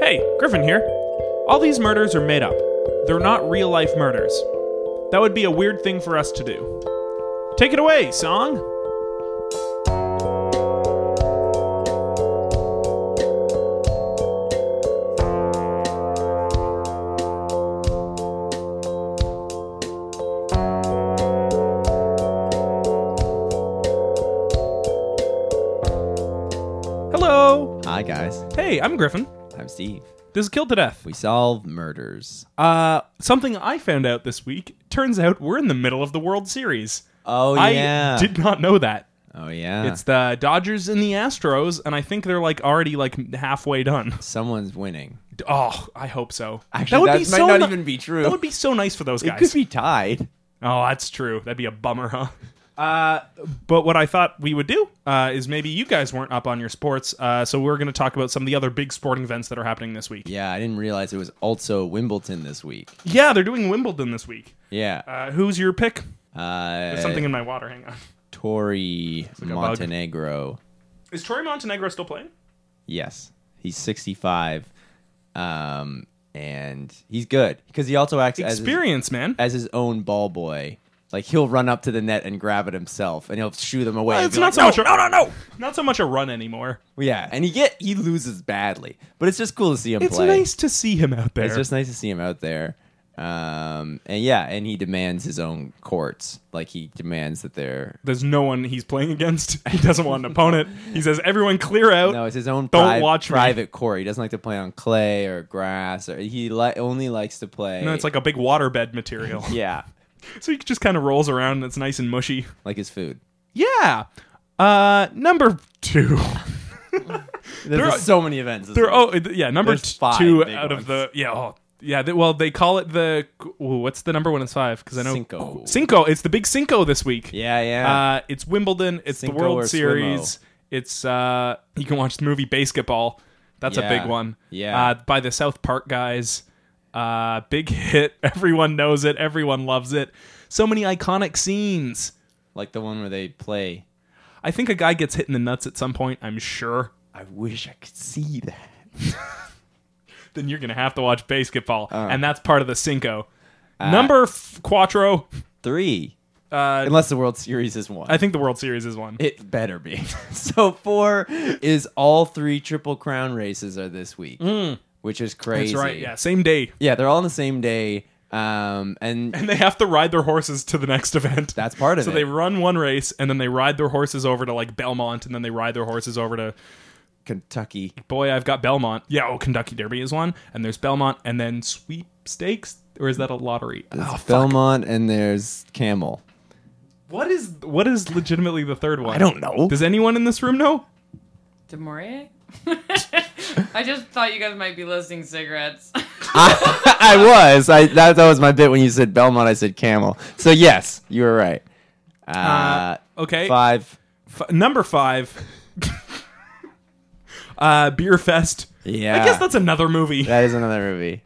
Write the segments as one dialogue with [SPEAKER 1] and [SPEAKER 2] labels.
[SPEAKER 1] Hey, Griffin here. All these murders are made up. They're not real life murders. That would be a weird thing for us to do. Take it away, song! Hello!
[SPEAKER 2] Hi guys,
[SPEAKER 1] Hey, I'm Griffin.
[SPEAKER 2] I'm Steve.
[SPEAKER 1] This is Killed to Death.
[SPEAKER 2] We solve murders.
[SPEAKER 1] Uh, something I found out this week turns out we're in the middle of the World Series.
[SPEAKER 2] Oh yeah.
[SPEAKER 1] I did not know that.
[SPEAKER 2] oh yeah.
[SPEAKER 1] It's the Dodgers and the Astros, and I think they're like already like halfway done.
[SPEAKER 2] Someone's winning.
[SPEAKER 1] Oh, I hope so.
[SPEAKER 2] Actually, that, might not
[SPEAKER 1] ni-
[SPEAKER 2] even be true.
[SPEAKER 1] That would be so nice for those
[SPEAKER 2] it
[SPEAKER 1] guys.
[SPEAKER 2] could be tied.
[SPEAKER 1] Oh, that's true. That'd be a bummer, huh? Uh, but what I thought we would do uh, is maybe you guys weren't up on your sports, uh, so we're going to talk about some of the other big sporting events that are happening this week.
[SPEAKER 2] Yeah, I didn't realize it was also Wimbledon this week.
[SPEAKER 1] Yeah, they're doing Wimbledon this week.
[SPEAKER 2] Yeah.
[SPEAKER 1] Uh, who's your pick?
[SPEAKER 2] Uh,
[SPEAKER 1] There's something in my water. Hang on.
[SPEAKER 2] Tori
[SPEAKER 1] a bug.
[SPEAKER 2] Montenegro.
[SPEAKER 1] Is Troy Montenegro still playing?
[SPEAKER 2] Yes, he's 65, um, and he's good because he also acts as his,
[SPEAKER 1] Experience, man.
[SPEAKER 2] as his own ball boy. Like he'll run up to the net and grab it himself, and he'll shoo them away. and
[SPEAKER 1] It's
[SPEAKER 2] be
[SPEAKER 1] not
[SPEAKER 2] like, "Oh,
[SPEAKER 1] so much. A, no, no, no. Not so much a run anymore.
[SPEAKER 2] Yeah, and he get he loses badly, but it's just cool to see him
[SPEAKER 1] It's
[SPEAKER 2] play.
[SPEAKER 1] nice to see him out there.
[SPEAKER 2] It's just nice to see him out there. Um, and yeah, and he demands his own courts. Like he demands that they're
[SPEAKER 1] There's no one he's playing against. He doesn't want an opponent. He says, "Everyone, clear out."
[SPEAKER 2] no, it's his own
[SPEAKER 1] Don't
[SPEAKER 2] pri-
[SPEAKER 1] watch me.
[SPEAKER 2] private court. He doesn't like to play on clay or grass, or he li- only likes to play.
[SPEAKER 1] No, it's like a big waterbed material.
[SPEAKER 2] yeah,
[SPEAKER 1] So he just kind of rolls around and it's nice and mushy.
[SPEAKER 2] like his food.
[SPEAKER 1] Yeah. Uh, number two.
[SPEAKER 2] There's
[SPEAKER 1] There are-
[SPEAKER 2] just so many events.
[SPEAKER 1] They're, oh, it- yeah, number
[SPEAKER 2] There's
[SPEAKER 1] t-
[SPEAKER 2] five
[SPEAKER 1] two
[SPEAKER 2] big
[SPEAKER 1] out of
[SPEAKER 2] ones.
[SPEAKER 1] the yeah. Oh, yeah, they, well, they call it the ooh, what's the number one is five? Because I know
[SPEAKER 2] Cinco.
[SPEAKER 1] oh, Cinco. It's the big Cinco this week.
[SPEAKER 2] yeah, yeah.
[SPEAKER 1] Uh, it's Wimbledon. It's
[SPEAKER 2] Cinco
[SPEAKER 1] the World
[SPEAKER 2] or
[SPEAKER 1] Series. It's uh, you can watch the movie Basketball. That's a
[SPEAKER 2] Yeah.
[SPEAKER 1] big one.
[SPEAKER 2] Yeah.
[SPEAKER 1] Uh, by the South Park guys. Uh, big hit. Everyone knows it. Everyone loves it. So many iconic scenes.
[SPEAKER 2] like the one where they play.
[SPEAKER 1] I think a guy gets hit in the nuts at some point. I'm sure.
[SPEAKER 2] I wish I could see that.
[SPEAKER 1] Then you're gonna have to watch basketball,
[SPEAKER 2] Uh.
[SPEAKER 1] and that's part of the Cinco. Number f- Quattro.
[SPEAKER 2] Three,
[SPEAKER 1] Uh,
[SPEAKER 2] unless the World Series is one.
[SPEAKER 1] I think the World Series is one.
[SPEAKER 2] It better be. so four is all three triple crown races are this week, which is crazy.
[SPEAKER 1] Mm. That's right. Yeah, same day,
[SPEAKER 2] Yeah, they're all on the same day, um, and
[SPEAKER 1] and they have to ride their horses to the next event.
[SPEAKER 2] that's part of
[SPEAKER 1] So
[SPEAKER 2] it.
[SPEAKER 1] they run one race and then they ride their horses over to like Belmont and then they ride their horses over to
[SPEAKER 2] Kentucky.
[SPEAKER 1] boy I've got Belmont. Yeah, oh Kentucky Derby is one and there's Belmont and then sweepstakes or is that a lottery? Oh,
[SPEAKER 2] It's
[SPEAKER 1] fuck.
[SPEAKER 2] Belmont and there's Camel.
[SPEAKER 1] what is what is legitimately the third one?
[SPEAKER 2] I don't know.
[SPEAKER 1] Does anyone in this room know?
[SPEAKER 3] Demore? I just thought you guys might be listing cigarettes.
[SPEAKER 2] I, I was. I that, that was my bit when you said Belmont. I said Camel. So yes, you were right. Uh,
[SPEAKER 1] Okay.
[SPEAKER 2] Five.
[SPEAKER 1] F- number 5 uh Beer Fest.
[SPEAKER 2] Yeah.
[SPEAKER 1] I guess that's another movie.
[SPEAKER 2] That is another movie.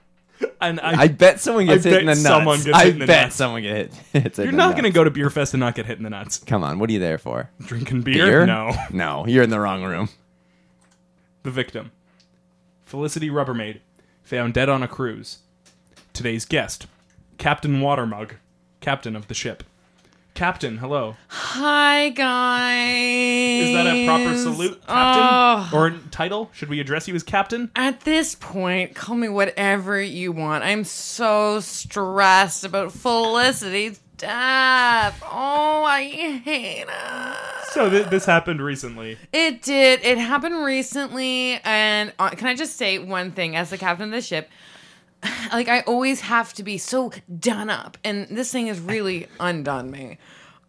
[SPEAKER 1] and I,
[SPEAKER 2] I bet someone gets
[SPEAKER 1] I
[SPEAKER 2] hit in the
[SPEAKER 1] bet
[SPEAKER 2] nuts.
[SPEAKER 1] someone gets
[SPEAKER 2] I
[SPEAKER 1] hit in the
[SPEAKER 2] bet
[SPEAKER 1] nuts.
[SPEAKER 2] someone gets hit. hits in
[SPEAKER 1] you're
[SPEAKER 2] the
[SPEAKER 1] not going to
[SPEAKER 2] nuts.
[SPEAKER 1] go to Beer Fest and not get hit in the nuts.
[SPEAKER 2] Come on, what are you there for?
[SPEAKER 1] Drinking beer?
[SPEAKER 2] Beer?
[SPEAKER 1] No.
[SPEAKER 2] No, you're in the wrong room.
[SPEAKER 1] the victim. Felicity Rubbermaid, found dead on a cruise. Today's guest, Captain Watermug, captain of the ship. Captain, hello.
[SPEAKER 3] Hi, guys. Oh,
[SPEAKER 1] Is that a proper salute, Captain? Or title? Should we address you as Captain?
[SPEAKER 3] At this point, call me whatever you want. I'm so stressed about Felicity's death. Oh, I hate it.
[SPEAKER 1] So th- this happened recently.
[SPEAKER 3] It did. It happened recently. And uh, can I just say one thing as the captain of the ship? Like, I always have to be so done up. And this thing has really undone me.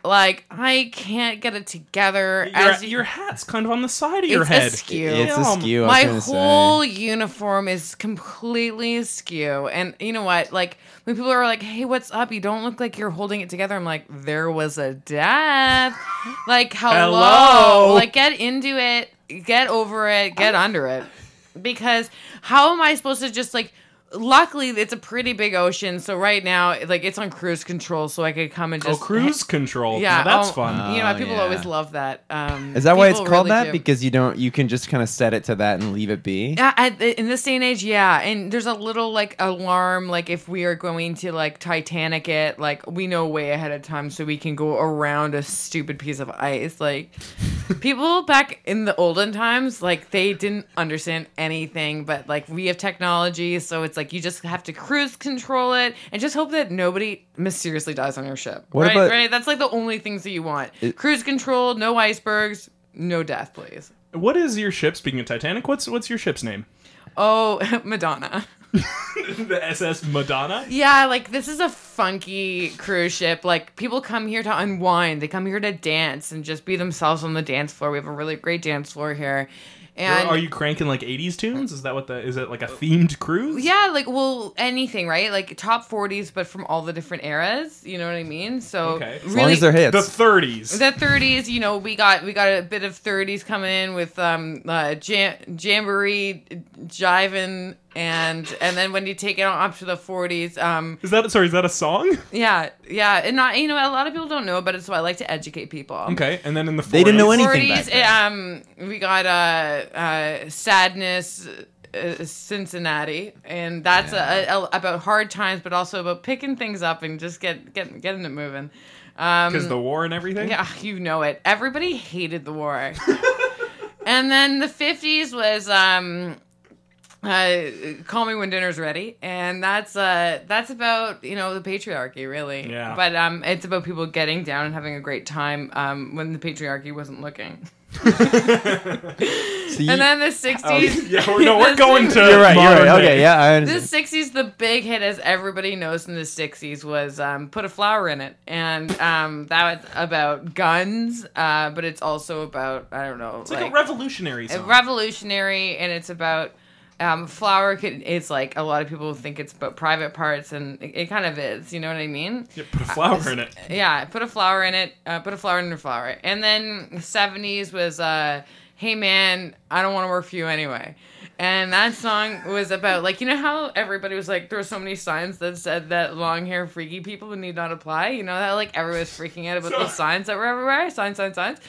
[SPEAKER 3] Like, I can't get it together.
[SPEAKER 1] Your,
[SPEAKER 3] as
[SPEAKER 1] your hat's kind of on the side of your
[SPEAKER 3] It's
[SPEAKER 1] head.
[SPEAKER 3] askew.
[SPEAKER 2] It's a
[SPEAKER 1] Damn.
[SPEAKER 2] skew.
[SPEAKER 3] um, my
[SPEAKER 2] I was gonna
[SPEAKER 3] whole
[SPEAKER 2] Say.
[SPEAKER 3] uniform is completely askew. And you know what? Like when people are like, "Hey, what's up? You don't look like you're holding it together." I'm like, "There was a death." like, hello.
[SPEAKER 1] Hello.
[SPEAKER 3] Like, get into it. Get over it. Get under it. Because how am I supposed to just like luckily it's a pretty big ocean, so right now like it's on cruise control, so I could come and
[SPEAKER 1] Oh,
[SPEAKER 3] just
[SPEAKER 1] cruise control.
[SPEAKER 3] Yeah,
[SPEAKER 1] Yeah, that's
[SPEAKER 3] oh,
[SPEAKER 1] fun.
[SPEAKER 3] You know,
[SPEAKER 2] Oh,
[SPEAKER 3] people
[SPEAKER 2] yeah.
[SPEAKER 3] always love that. Um,
[SPEAKER 2] Is that why it's
[SPEAKER 3] people
[SPEAKER 2] called that?
[SPEAKER 3] really do.
[SPEAKER 2] Because you don't, you can just kind of set it to that and leave it be.
[SPEAKER 3] Yeah, at the, in this day and age, yeah. And there's a little like alarm, like if we are going to like Titanic it, like we know way ahead of time so we can go around a stupid piece of ice. Like people back in the olden times, like they didn't understand anything, but like we have technology, so it's like you just have to cruise control it and just hope that nobody mysteriously dies on your ship.
[SPEAKER 2] What
[SPEAKER 3] right,
[SPEAKER 2] about-
[SPEAKER 3] right. That's like the only things that you want: cruise control, no icebergs, no death, please.
[SPEAKER 1] What is your ship? Speaking of Titanic, what's what's your ship's name?
[SPEAKER 3] Oh, Madonna.
[SPEAKER 1] the SS Madonna.
[SPEAKER 3] Yeah, like this is a funky cruise ship. Like people come here to unwind. They come here to dance and just be themselves on the dance floor. We have a really great dance floor here. And
[SPEAKER 1] Are you cranking like '80s tunes? Is that what the? Is it like a themed cruise?
[SPEAKER 3] yeah, like well, anything, right? Like top forties, but from all the different eras. You know what I mean? So
[SPEAKER 1] Okay. As
[SPEAKER 2] As long as they're hits.
[SPEAKER 1] The 30s.
[SPEAKER 3] The thirties, you know, we got we got a bit of thirties coming in with um uh, jam- jamboree, jiving, and and then when you take it on up to the forties, um
[SPEAKER 1] Is that sorry? Is that a song?
[SPEAKER 3] Yeah, yeah, and not you know a lot of people don't know about it, so I like to educate people.
[SPEAKER 1] Okay, and then in the 40s,
[SPEAKER 2] They didn't know anything. back
[SPEAKER 3] Forties, um, we got uh, uh, sadness, uh, Cincinnati, and that's a, a, about hard times, but also about picking things up and just get get getting it moving. Um,
[SPEAKER 1] because the war and everything.
[SPEAKER 3] Yeah, you know it. Everybody hated the war. and then the 50s was um uh call me when dinner's ready and that's uh that's about you know the patriarchy really
[SPEAKER 1] Yeah.
[SPEAKER 3] but um it's about people getting down and having a great time um when the patriarchy wasn't looking
[SPEAKER 2] So you-
[SPEAKER 3] and then the 60s
[SPEAKER 1] Oh, Yeah, we're, no, we're
[SPEAKER 3] the
[SPEAKER 1] going
[SPEAKER 3] 60s
[SPEAKER 1] to.
[SPEAKER 2] you're right. You're
[SPEAKER 1] modern
[SPEAKER 2] right.
[SPEAKER 1] day.
[SPEAKER 2] Okay. Yeah. I
[SPEAKER 3] the
[SPEAKER 2] understand.
[SPEAKER 3] 60s the big hit as everybody knows in the 60s was um, put a flower in it and um, that was about guns uh, but it's also about i don't know
[SPEAKER 1] It's like, a revolutionary
[SPEAKER 3] a
[SPEAKER 1] song.
[SPEAKER 3] revolutionary and it's about um, flower could, it's like a lot of people think it's about private parts and it, it kind of is you know what i mean
[SPEAKER 1] Yeah, put a flower in it.
[SPEAKER 3] yeah put a flower in it uh, put a flower in your flower and then 70s was uh, hey man i don't want to work for you anyway and that song was about like you know how everybody was like there were so many signs that said that long hair freaky people need not apply you know that like everybody was freaking out about
[SPEAKER 1] So-
[SPEAKER 3] the signs that were everywhere signs signs signs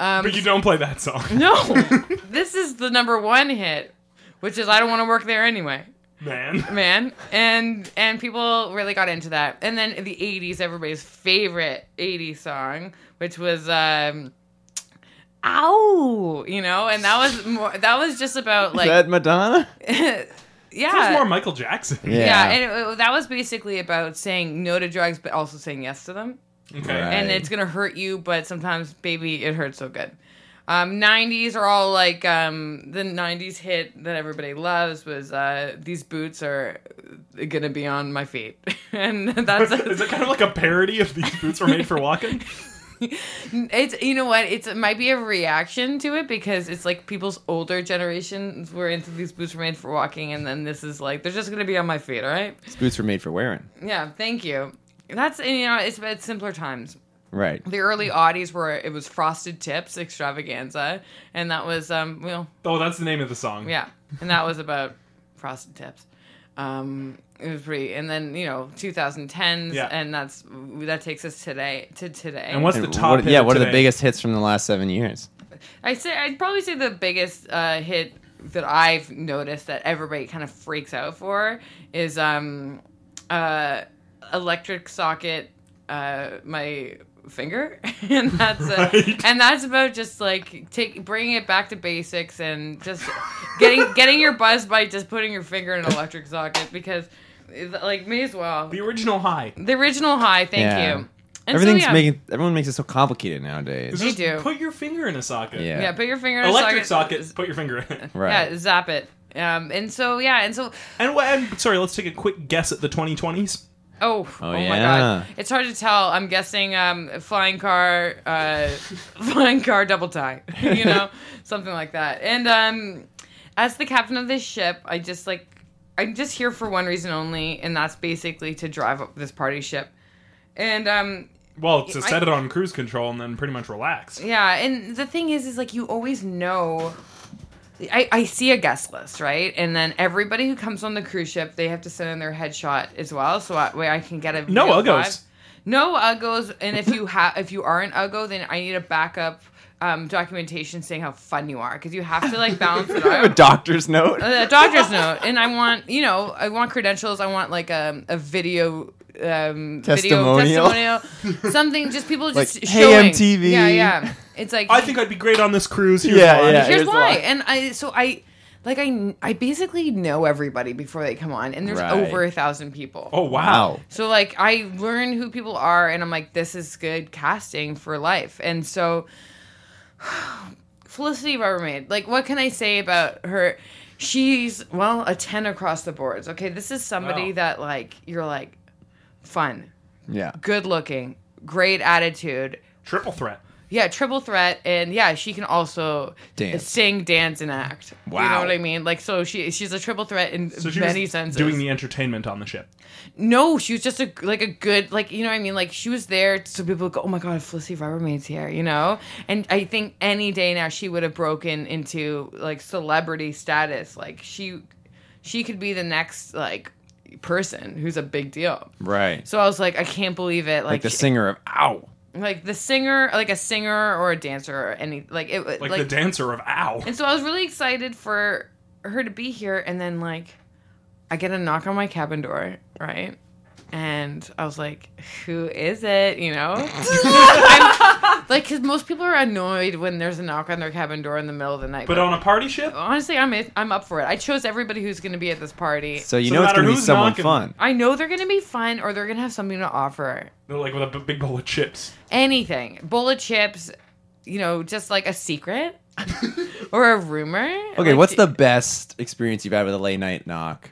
[SPEAKER 3] um,
[SPEAKER 1] But you don't play that song.
[SPEAKER 3] no, this is the number one hit, which is I don't want to work there anyway,
[SPEAKER 1] Man.
[SPEAKER 3] man. And and people really got into that. And then in the '80s, everybody's favorite '80s song, which was um, "Ow," you know, and that was more. That was just about
[SPEAKER 2] Is
[SPEAKER 3] like
[SPEAKER 2] that Madonna?
[SPEAKER 1] That's
[SPEAKER 3] yeah.
[SPEAKER 1] more Michael Jackson.
[SPEAKER 3] Yeah, and it, that was basically about saying no to drugs, but also saying yes to them.
[SPEAKER 1] Okay.
[SPEAKER 2] Right.
[SPEAKER 3] and it's gonna hurt you, but sometimes, baby, it hurts so good. Um, 90s are all like um, the 90s hit that everybody loves was uh, these boots are gonna be on my feet, and that's
[SPEAKER 1] Is it kind of like a parody of these boots were made for walking?
[SPEAKER 3] it's you know what it's it might be a reaction to it because it's like people's older generations were into these boots were made for walking, and then this is like they're just gonna be on my feet, all right?
[SPEAKER 2] These boots were made for wearing.
[SPEAKER 3] Yeah, thank you. That's you know it's it's simpler times.
[SPEAKER 2] Right.
[SPEAKER 3] the early oddies were it was frosted tips extravaganza and that was um well
[SPEAKER 1] Oh, that's the name of the song.
[SPEAKER 3] yeah and that was about frosted tips um it was pretty and then you know 2010s
[SPEAKER 1] Yeah.
[SPEAKER 3] and that's that takes us today to today
[SPEAKER 1] And what's the
[SPEAKER 2] And
[SPEAKER 1] top?
[SPEAKER 2] what-
[SPEAKER 1] hit
[SPEAKER 2] yeah.
[SPEAKER 1] of
[SPEAKER 2] What are the
[SPEAKER 1] today?
[SPEAKER 2] biggest hits from the last seven years?
[SPEAKER 3] i say i'd probably say the biggest uh hit that i've noticed that everybody kind of freaks out for is um uh electric socket uh my finger and that's uh
[SPEAKER 1] Right.
[SPEAKER 3] and that's about just like take bringing it back to basics and just getting getting your buzz by just putting your finger in an electric socket because it- like may as well
[SPEAKER 1] The original high.
[SPEAKER 3] the original high thank
[SPEAKER 2] Yeah.
[SPEAKER 3] you and
[SPEAKER 2] Everything's
[SPEAKER 3] so, yeah,
[SPEAKER 2] making. Everyone makes it so complicated nowadays.
[SPEAKER 1] It's
[SPEAKER 3] They
[SPEAKER 1] just
[SPEAKER 3] do.
[SPEAKER 1] Put your finger in a socket.
[SPEAKER 2] Yeah.
[SPEAKER 3] yeah put your finger in
[SPEAKER 1] Electric
[SPEAKER 3] a
[SPEAKER 1] socket. Put your finger in. it.
[SPEAKER 2] Right.
[SPEAKER 3] yeah zap it um and so yeah and so
[SPEAKER 1] And, wha- and sorry, let's take a quick guess at the 2020s.
[SPEAKER 3] Oh,
[SPEAKER 2] Oh,
[SPEAKER 3] oh, my
[SPEAKER 2] yeah.
[SPEAKER 3] god. It's hard to tell. I'm guessing um, flying car uh, flying car double tie. you know, something like that. And um, as the captain of this ship, I just like I'm just here for one reason only, and that's basically to drive up this party ship. And um,
[SPEAKER 1] Well, to
[SPEAKER 3] I-
[SPEAKER 1] set it on cruise control and then pretty much relax.
[SPEAKER 3] yeah, and the thing is is like you always know I, I see a guest list, right? And then everybody who comes on the cruise ship, they have to send in their headshot as well, so I, where I can get a
[SPEAKER 1] No
[SPEAKER 3] real
[SPEAKER 1] Uggos.
[SPEAKER 3] vibe. No uggos, and if you have if you are an uggo, then I need a backup um, documentation saying how fun you are because you have to like balance it
[SPEAKER 2] I have a
[SPEAKER 3] out.
[SPEAKER 2] doctor's note.
[SPEAKER 3] A doctor's note, and I want you know I want credentials. I want like a, a video. Um,
[SPEAKER 2] Testimonial.
[SPEAKER 3] video testimonial, something just people
[SPEAKER 2] Like,
[SPEAKER 3] just
[SPEAKER 2] "Hey,
[SPEAKER 3] showing.
[SPEAKER 2] MTV."
[SPEAKER 3] Yeah, yeah. It's like
[SPEAKER 1] I think I'd be great on this cruise. Here's
[SPEAKER 2] Yeah,
[SPEAKER 1] why.
[SPEAKER 2] yeah.
[SPEAKER 3] here's
[SPEAKER 2] Here's
[SPEAKER 3] why
[SPEAKER 2] why.
[SPEAKER 3] and i so i like i i basically know everybody before they come on and there's
[SPEAKER 2] Right.
[SPEAKER 3] over a thousand people
[SPEAKER 1] Oh wow.
[SPEAKER 3] so like i learn who people are and i'm like this is good casting for life and so felicity rubbermaid like what can i say about her she's well a 10 across the boards okay this is somebody
[SPEAKER 1] Wow.
[SPEAKER 3] that like you're like fun
[SPEAKER 2] Yeah.
[SPEAKER 3] good looking great attitude
[SPEAKER 1] Triple threat.
[SPEAKER 3] yeah, triple threat, and yeah, she can also
[SPEAKER 2] Dance.
[SPEAKER 3] sing, dance, and act. you know
[SPEAKER 2] Wow.
[SPEAKER 3] what I mean. Like, so she she's a triple threat in
[SPEAKER 1] So she
[SPEAKER 3] many
[SPEAKER 1] was
[SPEAKER 3] senses.
[SPEAKER 1] doing the entertainment on the ship.
[SPEAKER 3] no, she was just a like a good like you know what I mean. Like she was there, so people would go, oh my god, Felicity Rubbermaid's here, you know. And I think any day now she would have broken into like celebrity status. Like she she could be the next like person who's a big deal.
[SPEAKER 2] Right.
[SPEAKER 3] So I was like, I can't believe it. Like,
[SPEAKER 2] Like the
[SPEAKER 3] she-
[SPEAKER 2] singer of Ow.
[SPEAKER 3] like the singer, like a singer or a dancer or any like it
[SPEAKER 1] Like, the dancer of Ow.
[SPEAKER 3] and so I was really excited for her to be here. And then, like, I get a knock on my cabin door, right? And I was like, who is it? You know? I'm- like, because most people are annoyed when there's a knock on their cabin door in the middle of the night.
[SPEAKER 1] But on a party ship,
[SPEAKER 3] honestly, I'm, I'm up for it. I chose everybody who's going to be at this party.
[SPEAKER 2] So you
[SPEAKER 1] So no
[SPEAKER 2] know it's
[SPEAKER 1] matter
[SPEAKER 2] gonna be
[SPEAKER 1] who's
[SPEAKER 2] someone
[SPEAKER 1] knocking-
[SPEAKER 2] fun.
[SPEAKER 3] I know they're going to be fun or they're going to have something to offer.
[SPEAKER 1] like with a b- big bowl of chips.
[SPEAKER 3] Anything. Bowl of chips, you know, just like a secret or a rumor.
[SPEAKER 2] Okay,
[SPEAKER 3] Like,
[SPEAKER 2] what's the best experience you've had with a late night knock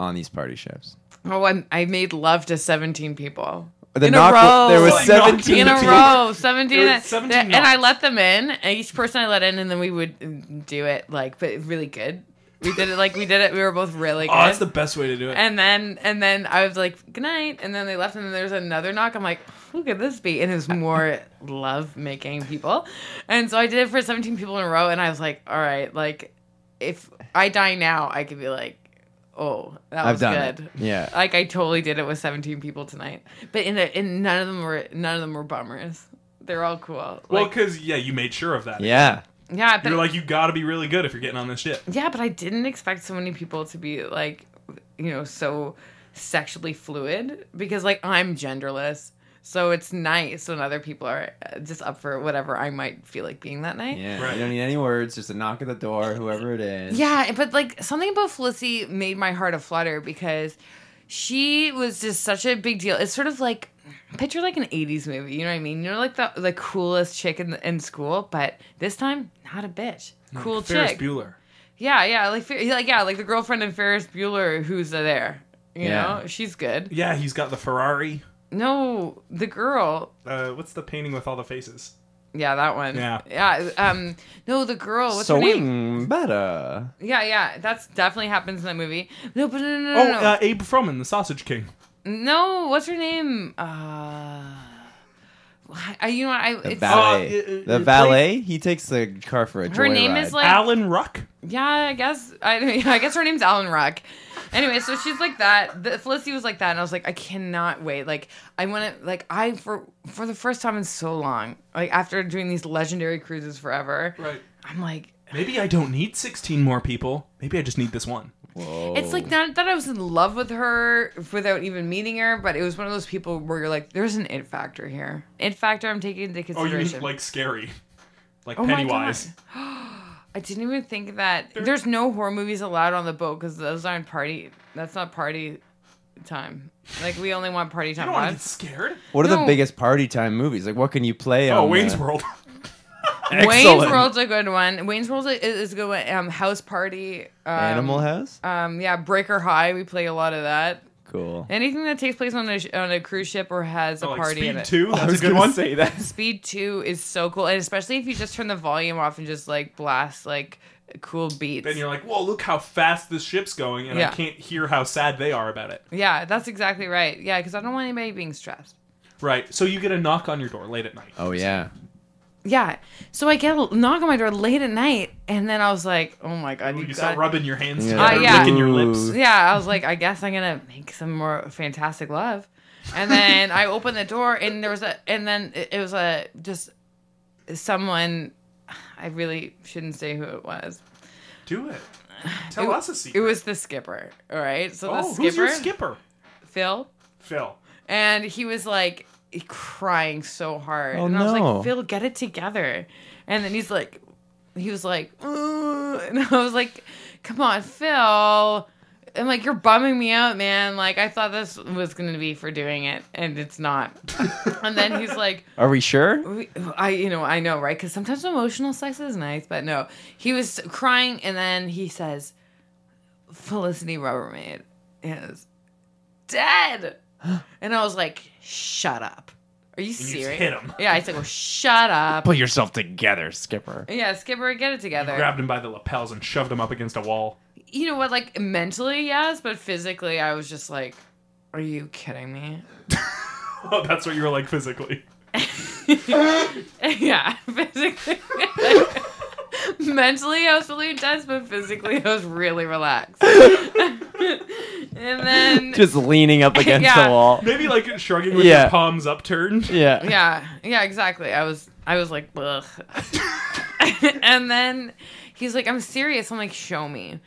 [SPEAKER 2] on these party ships?
[SPEAKER 3] Oh, I, I made love to 17 people.
[SPEAKER 2] The
[SPEAKER 3] in
[SPEAKER 2] knock
[SPEAKER 3] a row. Oh
[SPEAKER 2] there was
[SPEAKER 1] Like
[SPEAKER 2] seven
[SPEAKER 1] knocking
[SPEAKER 3] in a
[SPEAKER 1] people.
[SPEAKER 3] row. 17.
[SPEAKER 1] There was 17
[SPEAKER 3] and I
[SPEAKER 1] knocks.
[SPEAKER 3] let them in. And each person I let in, and then we would mm, do it like, but really good. We did it like we did it. We were both really good.
[SPEAKER 1] Oh, that's the best way to do it.
[SPEAKER 3] and then and then I was like, good night. And then they left, and then there's another knock. I'm like, who could this be? And it was more love making people. And so I did it for 17 people in a row, and I was like, all right, like if I die now, I could be like, oh, that
[SPEAKER 2] I've
[SPEAKER 3] was
[SPEAKER 2] done
[SPEAKER 3] good Uh,
[SPEAKER 2] it. Yeah.
[SPEAKER 3] like I totally did it with 17 people tonight. But in a, and none of them were none of them were bummers. They're all cool.
[SPEAKER 1] well,
[SPEAKER 3] Like,
[SPEAKER 1] because yeah, you made sure of that.
[SPEAKER 2] Yeah.
[SPEAKER 3] yeah, but
[SPEAKER 1] You're like, you gotta be really good if you're getting on this ship.
[SPEAKER 3] yeah, but I didn't expect so many people to be like, you know, so sexually fluid because like I'm genderless. So it's nice when other people are uh, just up for whatever I might feel like being that night.
[SPEAKER 2] Yeah.
[SPEAKER 1] Right.
[SPEAKER 2] You don't need any words, just a knock at the door, whoever it is.
[SPEAKER 3] Yeah, but like something about Felicity made my heart a flutter because she was just such a big deal. It's sort of like picture like an '80s movie. You know what I mean? You're like the the coolest chick in, in school, but this time not a bitch. Cool
[SPEAKER 1] Ferris
[SPEAKER 3] chick.
[SPEAKER 1] Bueller.
[SPEAKER 3] yeah, yeah, like Fer- like yeah, like the girlfriend in Ferris Bueller who's there. You
[SPEAKER 2] Yeah.
[SPEAKER 3] know, she's good.
[SPEAKER 1] Yeah, he's got the Ferrari.
[SPEAKER 3] No, the girl.
[SPEAKER 1] Uh, what's the painting with all the faces?
[SPEAKER 3] Yeah, that one.
[SPEAKER 1] Yeah.
[SPEAKER 3] Yeah. Um. No, the girl. What's her name?
[SPEAKER 2] Swing better.
[SPEAKER 3] Yeah, yeah. That's definitely happens in that movie. No, but no, no, no.
[SPEAKER 1] Oh,
[SPEAKER 3] no.
[SPEAKER 1] uh, Abe Froman, the Sausage King.
[SPEAKER 3] No, what's her name? Uh, I, you know what? I,
[SPEAKER 2] The
[SPEAKER 3] it's,
[SPEAKER 1] Uh,
[SPEAKER 2] valet.
[SPEAKER 1] it- it-
[SPEAKER 2] the
[SPEAKER 1] it-
[SPEAKER 2] valet, he takes the car for a joyride.
[SPEAKER 3] her name is like
[SPEAKER 1] Alan Ruck.
[SPEAKER 3] yeah. I guess I, mean, I guess her name's Alan Rock. Anyway, so she's like that. The, Felicity was like that, and I was like, I cannot wait. Like I want to. Like I for for the first time in so long. Like after doing these legendary cruises forever,
[SPEAKER 1] Right.
[SPEAKER 3] I'm like.
[SPEAKER 1] Maybe I don't need 16 more people. Maybe I just need this one.
[SPEAKER 2] Whoa.
[SPEAKER 3] It's like not that I was in love with her without even meeting her, but it was one of those people where you're like, there's an it factor here. It factor I'm taking into
[SPEAKER 1] Oh, you
[SPEAKER 3] consideration.
[SPEAKER 1] mean like scary. Like
[SPEAKER 3] Oh my
[SPEAKER 1] Pennywise.
[SPEAKER 3] I didn't even think of that there's no horror movies allowed on the boat because those aren't party. That's not party time. Like we only want party
[SPEAKER 1] I
[SPEAKER 3] time.
[SPEAKER 1] don't want to
[SPEAKER 3] What?
[SPEAKER 1] get scared.
[SPEAKER 2] what are
[SPEAKER 3] no.
[SPEAKER 2] the biggest party time movies? Like, what can you play on?
[SPEAKER 1] Oh, Wayne's
[SPEAKER 2] the-
[SPEAKER 1] World.
[SPEAKER 3] Wayne's
[SPEAKER 2] Excellent.
[SPEAKER 3] World's a good one. Wayne's World is- is a good one. Um, House Party. Um,
[SPEAKER 2] Animal House?
[SPEAKER 3] Um, yeah, Breaker High. We play a lot of that.
[SPEAKER 2] Cool.
[SPEAKER 3] Anything that takes place on a sh- on a cruise ship or has a
[SPEAKER 1] Oh, like
[SPEAKER 3] party in
[SPEAKER 1] Speed
[SPEAKER 3] it.
[SPEAKER 1] 2.
[SPEAKER 2] I
[SPEAKER 1] That's a
[SPEAKER 2] was
[SPEAKER 1] good
[SPEAKER 2] gonna
[SPEAKER 1] one.
[SPEAKER 2] say that.
[SPEAKER 3] Speed two is so cool, and especially if you just turn the volume off and just like blast like cool beats.
[SPEAKER 1] Then you're like, whoa, look how fast this ship's going, and
[SPEAKER 3] Yeah.
[SPEAKER 1] I can't hear how sad they are about it.
[SPEAKER 3] yeah, that's exactly right. Yeah, because I don't want anybody being stressed.
[SPEAKER 1] Right. So you get a knock on your door late at night.
[SPEAKER 2] Oh, yeah.
[SPEAKER 3] yeah. So I get a knock on my door late at night, and then I was like, oh my god,
[SPEAKER 1] You,
[SPEAKER 3] you
[SPEAKER 1] start
[SPEAKER 3] got-
[SPEAKER 1] rubbing your hands
[SPEAKER 2] Yeah.
[SPEAKER 1] together,
[SPEAKER 3] Uh, yeah.
[SPEAKER 1] licking your lips.
[SPEAKER 3] yeah, I was like, I guess I'm gonna make some more fantastic love. And then I opened the door, and there was a, and then it, it was a just someone. I really shouldn't say who it was.
[SPEAKER 1] Do it. Tell us a secret.
[SPEAKER 3] It was the skipper. All right, so the
[SPEAKER 1] oh,
[SPEAKER 3] skipper,
[SPEAKER 1] who's your skipper?
[SPEAKER 3] Phil,
[SPEAKER 1] Phil.
[SPEAKER 3] and he was like crying so hard,
[SPEAKER 2] Oh,
[SPEAKER 3] and I was
[SPEAKER 2] no.
[SPEAKER 3] like, Phil, get it together. And then he's like, he was like, "Ooh," and I was like, come on, Phil. I'm like, you're bumming me out, man. Like, I thought this was gonna be for doing it, and it's not. and then he's like,
[SPEAKER 2] Are we sure?
[SPEAKER 3] we- I, you know, I know, right? Because sometimes emotional sex is nice, but no, he was crying, and then he says, "Felicity Rubbermaid is dead," and I was like, "Shut up! Are you
[SPEAKER 1] just
[SPEAKER 3] serious?"
[SPEAKER 1] hit him.
[SPEAKER 3] Yeah, I said, "Well, shut up."
[SPEAKER 2] Put yourself together, Skipper.
[SPEAKER 3] Yeah, Skipper, get it together.
[SPEAKER 1] Grabbed him by the lapels and shoved him up against a wall.
[SPEAKER 3] you know what? Like mentally, yes, but physically, I was just like, "Are you kidding me?"
[SPEAKER 1] Oh, that's what you were like physically.
[SPEAKER 3] yeah, physically. Mentally, I was really intense, but physically, I was really relaxed. and then,
[SPEAKER 2] Just leaning up against
[SPEAKER 3] Yeah.
[SPEAKER 2] the wall.
[SPEAKER 1] Maybe like shrugging with
[SPEAKER 2] Yeah.
[SPEAKER 1] your palms upturned.
[SPEAKER 2] Yeah.
[SPEAKER 3] yeah, yeah, exactly. I was, I was like, ugh. and then he's like, "I'm serious." I'm like, "Show me."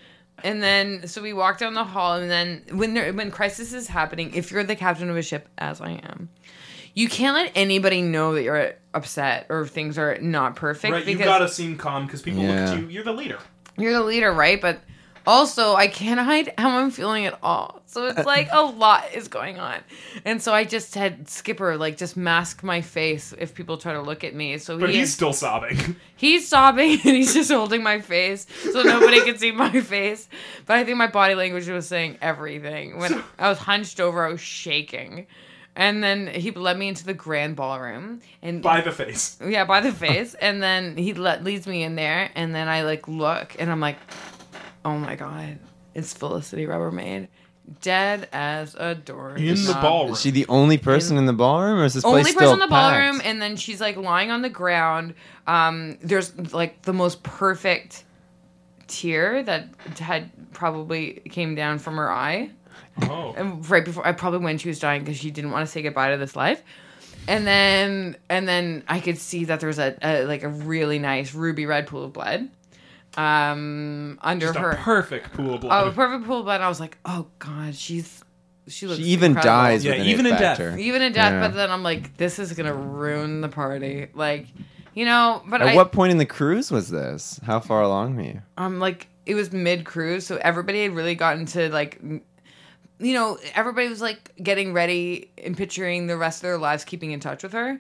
[SPEAKER 3] And then, so we walked down the hall, and then when there, when crisis is happening, if you're the captain of a ship, as I am. You can't let anybody know that you're upset or things are not perfect.
[SPEAKER 1] Right, you
[SPEAKER 3] because
[SPEAKER 1] gotta seem calm because people look
[SPEAKER 2] Yeah.
[SPEAKER 1] at you. You're the leader.
[SPEAKER 3] you're the leader, right? But also, I can't hide how I'm feeling at all. So it's like a lot is going on. And so I just said, Skipper, like, just mask my face if people try to look at me. So
[SPEAKER 1] But
[SPEAKER 3] he
[SPEAKER 1] he's
[SPEAKER 3] is,
[SPEAKER 1] still sobbing.
[SPEAKER 3] he's sobbing and he's just holding my face so nobody can see my face. But I think my body language was saying everything. When I was hunched over, I was shaking. And then he led me into the grand ballroom and
[SPEAKER 1] by the face.
[SPEAKER 3] yeah, by the face, and then he le- leads me in there, and then I like look, and I'm like, oh my god, it's Felicity Rubbermaid, dead as a door
[SPEAKER 1] In the
[SPEAKER 3] knob.
[SPEAKER 1] ballroom.
[SPEAKER 2] Is she the only person in the ballroom, or is this
[SPEAKER 3] Only
[SPEAKER 2] place
[SPEAKER 3] person
[SPEAKER 2] still
[SPEAKER 3] in the
[SPEAKER 2] packed?
[SPEAKER 3] ballroom, and then she's like lying on the ground. Um, there's like the most perfect tear that had probably came down from her eye
[SPEAKER 1] Oh.
[SPEAKER 3] and right before I probably when she was dying because she didn't want to say goodbye to this life. And then and then I could see that there was a, a like a really nice ruby red pool of blood um under
[SPEAKER 1] Just
[SPEAKER 3] her.
[SPEAKER 1] a perfect pool of
[SPEAKER 3] oh,
[SPEAKER 1] blood.
[SPEAKER 3] a perfect pool of blood. And I was like, oh god, she's she looks
[SPEAKER 2] She even
[SPEAKER 3] incredible.
[SPEAKER 2] dies
[SPEAKER 1] Yeah,
[SPEAKER 2] with an
[SPEAKER 1] even
[SPEAKER 2] it
[SPEAKER 1] in death.
[SPEAKER 2] factor.
[SPEAKER 3] even in death.
[SPEAKER 2] Yeah.
[SPEAKER 3] But then I'm like, this is gonna ruin the party. Like, you know. But
[SPEAKER 2] At
[SPEAKER 3] I,
[SPEAKER 2] what point in the cruise was this? How far along were you?
[SPEAKER 3] um like it was mid cruise so everybody had really gotten to like m- you know everybody was like getting ready and picturing the rest of their lives keeping in touch with her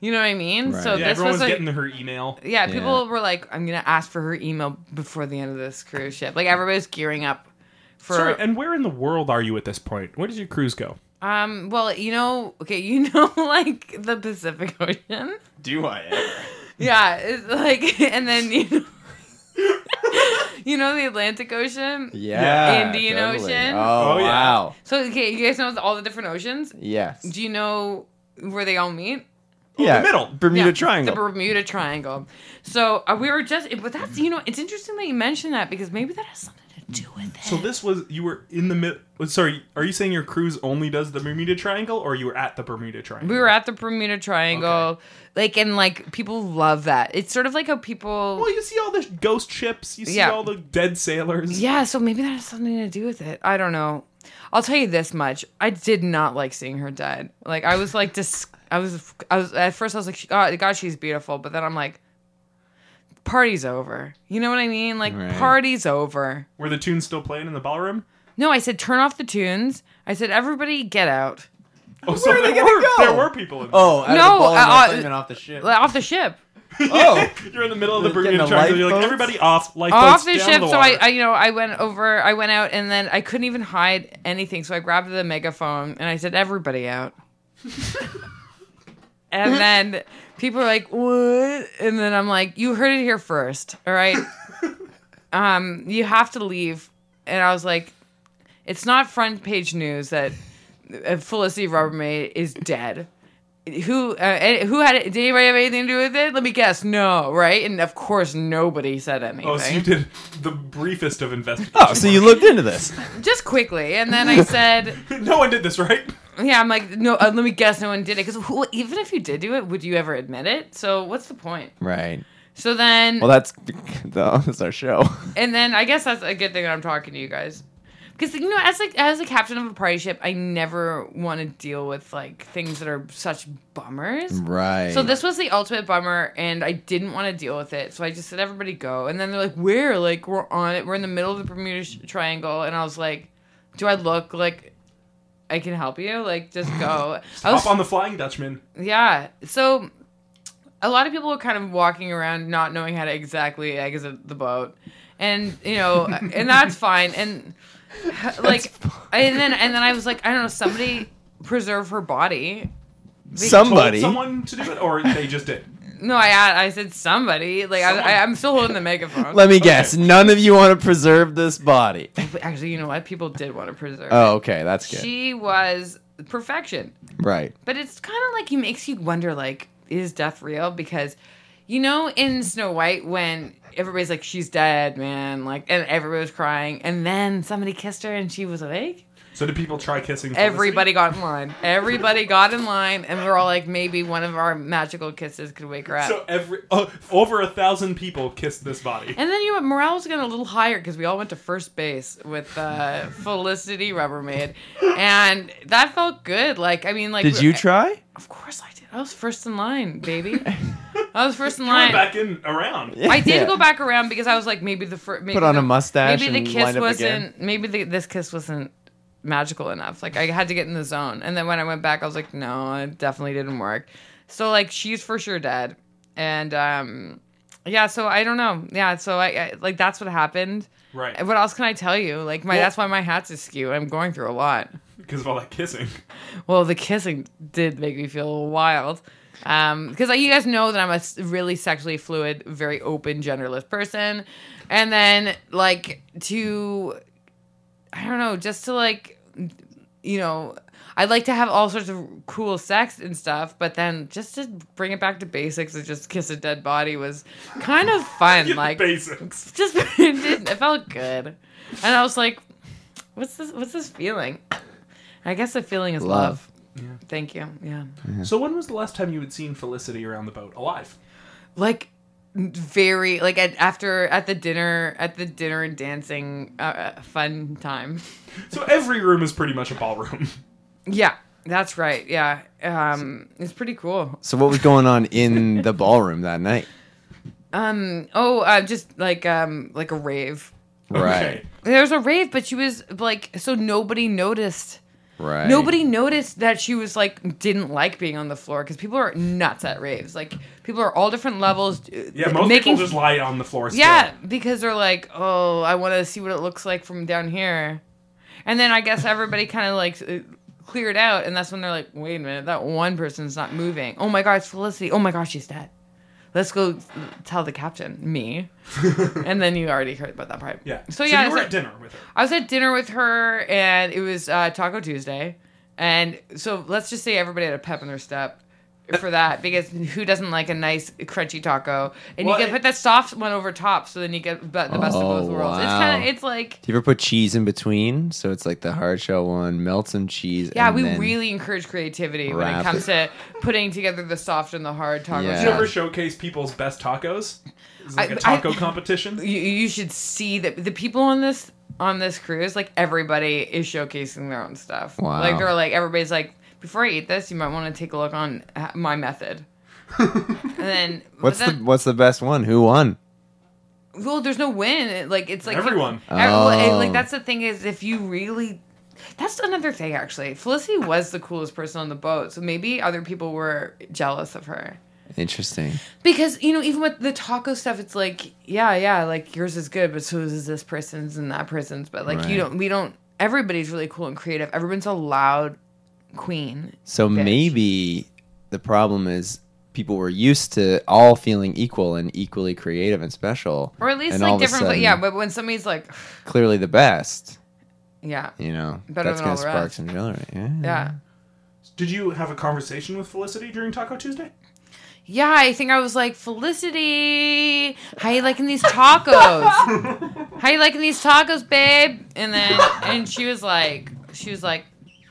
[SPEAKER 3] you know what i mean
[SPEAKER 2] Right.
[SPEAKER 3] so
[SPEAKER 1] yeah,
[SPEAKER 3] this
[SPEAKER 1] everyone was
[SPEAKER 3] was, like
[SPEAKER 1] getting her email.
[SPEAKER 3] yeah
[SPEAKER 2] Yeah.
[SPEAKER 3] people were like i'm gonna ask for her email before the end of this cruise ship like everybody's gearing up for
[SPEAKER 1] Sorry, and where in the world are you at this point? Where did your cruise go?
[SPEAKER 3] um well you know okay you know like the pacific ocean
[SPEAKER 2] Do I?
[SPEAKER 3] yeah it's like and then you know you know the atlantic ocean
[SPEAKER 2] Yeah.
[SPEAKER 3] Indian
[SPEAKER 2] totally.
[SPEAKER 3] Ocean.
[SPEAKER 2] Oh,
[SPEAKER 1] Oh, yeah.
[SPEAKER 2] wow.
[SPEAKER 3] So okay, you guys know all the different oceans.
[SPEAKER 2] Yes.
[SPEAKER 3] Do you know where they all meet?
[SPEAKER 1] Oh,
[SPEAKER 2] yeah.
[SPEAKER 1] the middle.
[SPEAKER 2] Bermuda
[SPEAKER 3] Yeah,
[SPEAKER 2] Triangle.
[SPEAKER 3] The Bermuda Triangle. So uh, we were just, but that's you know, it's interesting that you mentioned that because maybe that has something to do with it.
[SPEAKER 1] So this was you were in the mid. uh, Sorry, are you saying your cruise only does the Bermuda Triangle, or you were at the Bermuda Triangle?
[SPEAKER 3] we were at the Bermuda Triangle, like, and like people love that. It's sort of like how people.
[SPEAKER 1] Well, you see all the ghost ships. You see
[SPEAKER 3] Yeah.
[SPEAKER 1] all the dead sailors.
[SPEAKER 3] Yeah, so maybe that has something to do with it. I don't know. I'll tell you this much: I did not like seeing her dead. Like I was like dis. I was. I was at first. I was like, she- God, God, she's beautiful. But then I'm like, party's over. You know what I mean? Like
[SPEAKER 2] Right.
[SPEAKER 3] party's over.
[SPEAKER 1] Were the tunes still playing in the ballroom?
[SPEAKER 3] No, I said turn off the tunes. I said everybody get out.
[SPEAKER 1] Oh, so
[SPEAKER 2] are they
[SPEAKER 1] there
[SPEAKER 2] gonna
[SPEAKER 1] were
[SPEAKER 2] go?
[SPEAKER 1] there were people in.
[SPEAKER 2] oh, out of the
[SPEAKER 3] No,
[SPEAKER 2] ballroom,
[SPEAKER 3] uh,
[SPEAKER 2] I thought
[SPEAKER 3] uh,
[SPEAKER 2] you meant off the ship.
[SPEAKER 3] Like, off the ship.
[SPEAKER 2] oh.
[SPEAKER 1] You're in the middle of the
[SPEAKER 2] They're getting
[SPEAKER 1] Bermuda
[SPEAKER 2] the
[SPEAKER 1] Triangle. You're like
[SPEAKER 2] lifeboats?
[SPEAKER 1] everybody off, lifeboats
[SPEAKER 3] off the
[SPEAKER 1] down
[SPEAKER 3] ship.
[SPEAKER 1] The
[SPEAKER 3] so I,
[SPEAKER 1] water.
[SPEAKER 3] I, you know, I went over. I went out, and then I couldn't even hide anything. So I grabbed the megaphone and I said, "Everybody out." and then people are like, "What?" And then I'm like, "You heard it here first, all right? um, you have to leave." And I was like, "It's not front page news that uh, Felicity Rubbermaid is dead." who uh, eh, who had it? Did anybody have anything to do with it? Let me guess. No, right? And of course, nobody said anything.
[SPEAKER 1] Oh, so you did the briefest of investigations.
[SPEAKER 2] Oh, so you looked into this?
[SPEAKER 3] Just quickly, and then I said,
[SPEAKER 1] no one did this, right?
[SPEAKER 3] "Yeah." I'm like, "No, uh, let me guess. No one did it." Because even if you did do it, would you ever admit it? So what's the point?
[SPEAKER 2] Right.
[SPEAKER 3] So then,
[SPEAKER 2] Well, that's that's our show.
[SPEAKER 3] and then I guess that's a good thing that I'm talking to you guys. Because you know, as like as a captain of a party ship, I never want to deal with like things that are such bummers.
[SPEAKER 2] Right.
[SPEAKER 3] So this was the ultimate bummer, and I didn't want to deal with it. So I just said, "Everybody go." And then they're like, "Where?" Like we're on it. We're in the middle of the Bermuda Sh- Triangle, and I was like, "Do I look like I can help you? Like just go." I was
[SPEAKER 1] Hop on the Flying Dutchman.
[SPEAKER 3] yeah. So a lot of people were kind of walking around not knowing how to exactly exit the boat. And you know, and that's fine. And like and then and then I was like, I don't know, somebody preserve her body.
[SPEAKER 1] Told
[SPEAKER 2] somebody.
[SPEAKER 1] someone to do it, or they just did.
[SPEAKER 3] No, I ad- I said somebody. Like I, I, I'm still holding the megaphone.
[SPEAKER 2] Let me guess. None of you want to preserve this body.
[SPEAKER 3] But actually, you know what? People did want to preserve.
[SPEAKER 2] Oh, okay, that's good.
[SPEAKER 3] she was perfection.
[SPEAKER 2] right.
[SPEAKER 3] But it's kind of like it makes you wonder, like, is death real? Because, you know, in Snow White, when everybody's like, she's dead, man, like, and everybody was crying, and then somebody kissed her and she was awake.
[SPEAKER 1] So did people try kissing? Felicity?
[SPEAKER 3] Everybody got in line. Everybody got in line, and we are all like, maybe one of our magical kisses could wake her up.
[SPEAKER 1] So every oh, over a thousand people kissed this body.
[SPEAKER 3] and then you know, morale was getting a little higher because we all went to first base with uh, Felicity Rubbermaid, and that felt good. Like, I mean, like,
[SPEAKER 2] Did you try?
[SPEAKER 3] Of course I did. I was first in line, baby. I was first in
[SPEAKER 1] You went
[SPEAKER 3] line.
[SPEAKER 1] back in around.
[SPEAKER 3] I did
[SPEAKER 2] Yeah.
[SPEAKER 3] go back around because I was like, maybe the first.
[SPEAKER 2] Put on a mustache
[SPEAKER 3] Maybe
[SPEAKER 2] and
[SPEAKER 3] the
[SPEAKER 2] line
[SPEAKER 3] kiss
[SPEAKER 2] up
[SPEAKER 3] wasn't.
[SPEAKER 2] again.
[SPEAKER 3] Maybe the, this kiss wasn't magical enough. Like I had to get in the zone, and then when I went back, I was like, no, it definitely didn't work. So like, she's for sure dead, and um, yeah. So I don't know. Yeah. So I, I like that's what happened.
[SPEAKER 1] Right.
[SPEAKER 3] And What else can I tell you? Like my
[SPEAKER 1] Well-
[SPEAKER 3] that's why my hat's askew. I'm going through a lot.
[SPEAKER 1] Because of all that kissing.
[SPEAKER 3] Well, the kissing did make me feel wild. Um, because like you guys know that I'm a s- really sexually fluid, very open, genderless person, and then like to, I don't know, just to like, you know, I like to have all sorts of cool sex and stuff, but then just to bring it back to basics and just kiss a dead body was kind of fun.
[SPEAKER 1] Get
[SPEAKER 3] like,
[SPEAKER 1] the basics.
[SPEAKER 3] just it, didn't- it felt good, and I was like, "What's this? What's this feeling?" I guess the feeling is love.
[SPEAKER 2] Love.
[SPEAKER 3] Thank you. Yeah,
[SPEAKER 1] So when was the last time you had seen Felicity around the boat alive?
[SPEAKER 3] like very like at, after at the dinner at the dinner and dancing uh, uh, fun time.
[SPEAKER 1] So every room is pretty much a ballroom.
[SPEAKER 3] Yeah, that's right. Yeah, um, it's pretty cool.
[SPEAKER 2] So what was going on in the ballroom that night?
[SPEAKER 3] Um, oh, uh, just like um, like a rave.
[SPEAKER 2] Right.
[SPEAKER 3] There was a rave, but she was like, so nobody noticed.
[SPEAKER 2] Right.
[SPEAKER 3] Nobody noticed that she was like didn't like being on the floor because people are nuts at raves. Like people are all different levels.
[SPEAKER 1] Yeah, most people just lie on the floor. Still.
[SPEAKER 3] yeah because they're like, oh, I want to see what it looks like from down here, and then I guess everybody kind of like uh, cleared out, and that's when they're like, wait a minute, that one person's not moving. Oh my god, it's Felicity. Oh my gosh, she's dead. Let's go uh, tell the captain, me, and then you already heard about that part.
[SPEAKER 1] Yeah.
[SPEAKER 3] So yeah,
[SPEAKER 1] you were
[SPEAKER 3] so-
[SPEAKER 1] at dinner with her.
[SPEAKER 3] I was at dinner with her, and it was uh, Taco Tuesday, and so let's just say everybody had a pep in their step for that because who doesn't like a nice crunchy taco? And
[SPEAKER 1] Well,
[SPEAKER 3] you can
[SPEAKER 1] it-
[SPEAKER 3] put that soft one over top, so then you get be- the best
[SPEAKER 2] Oh,
[SPEAKER 3] of both worlds. It's
[SPEAKER 2] wow.
[SPEAKER 3] kind of it's like
[SPEAKER 2] Do you ever put cheese in between? So it's like the hard shell one, melt some cheese.
[SPEAKER 3] yeah,
[SPEAKER 2] and
[SPEAKER 3] we
[SPEAKER 2] then-
[SPEAKER 3] really encourage creativity when it
[SPEAKER 2] wrap
[SPEAKER 3] comes to putting together the soft and the hard taco.
[SPEAKER 2] Yeah.
[SPEAKER 1] Did you
[SPEAKER 3] shop.
[SPEAKER 1] ever showcase people's best tacos? It's like a
[SPEAKER 3] I-
[SPEAKER 1] taco
[SPEAKER 3] I-
[SPEAKER 1] competition.
[SPEAKER 3] You, you should see that the people on this on this cruise, like everybody is showcasing their own stuff.
[SPEAKER 2] Wow.
[SPEAKER 3] Like they're like everybody's like, before I eat this, you might want to take a look on h- my method. and then but
[SPEAKER 2] What's the
[SPEAKER 3] then,
[SPEAKER 2] What's the best one? Who won?
[SPEAKER 3] well, there's no win. It- Like it's like
[SPEAKER 1] Everyone.
[SPEAKER 3] ev- well, it-
[SPEAKER 2] Oh.
[SPEAKER 3] like that's the thing is if you really. That's another thing, actually. Felicity was the coolest person on the boat, so maybe other people were jealous of her.
[SPEAKER 2] Interesting.
[SPEAKER 3] Because you know, even with the taco stuff, it's like, yeah, yeah, like yours is good, but so is this person's and that person's. But like,
[SPEAKER 2] Right.
[SPEAKER 3] you don't, we don't. Everybody's really cool and creative. Everyone's a loud queen.
[SPEAKER 2] So
[SPEAKER 3] bitch.
[SPEAKER 2] maybe the problem is people were used to all feeling equal and equally creative and special,
[SPEAKER 3] or at least
[SPEAKER 2] and all
[SPEAKER 3] like
[SPEAKER 2] of a
[SPEAKER 3] different. But
[SPEAKER 2] sudden,
[SPEAKER 3] yeah, but when somebody's like,
[SPEAKER 2] clearly the best.
[SPEAKER 3] yeah,
[SPEAKER 2] You know,
[SPEAKER 3] Better
[SPEAKER 2] that's
[SPEAKER 3] than all
[SPEAKER 2] gonna
[SPEAKER 3] the
[SPEAKER 2] spark
[SPEAKER 3] rest.
[SPEAKER 2] some jealousy. Yeah.
[SPEAKER 3] yeah,
[SPEAKER 1] Did you have a conversation with Felicity during Taco Tuesday?
[SPEAKER 3] Yeah, I think I was like, Felicity, how you liking these tacos? how you liking these tacos, babe? And then and she was like she was like,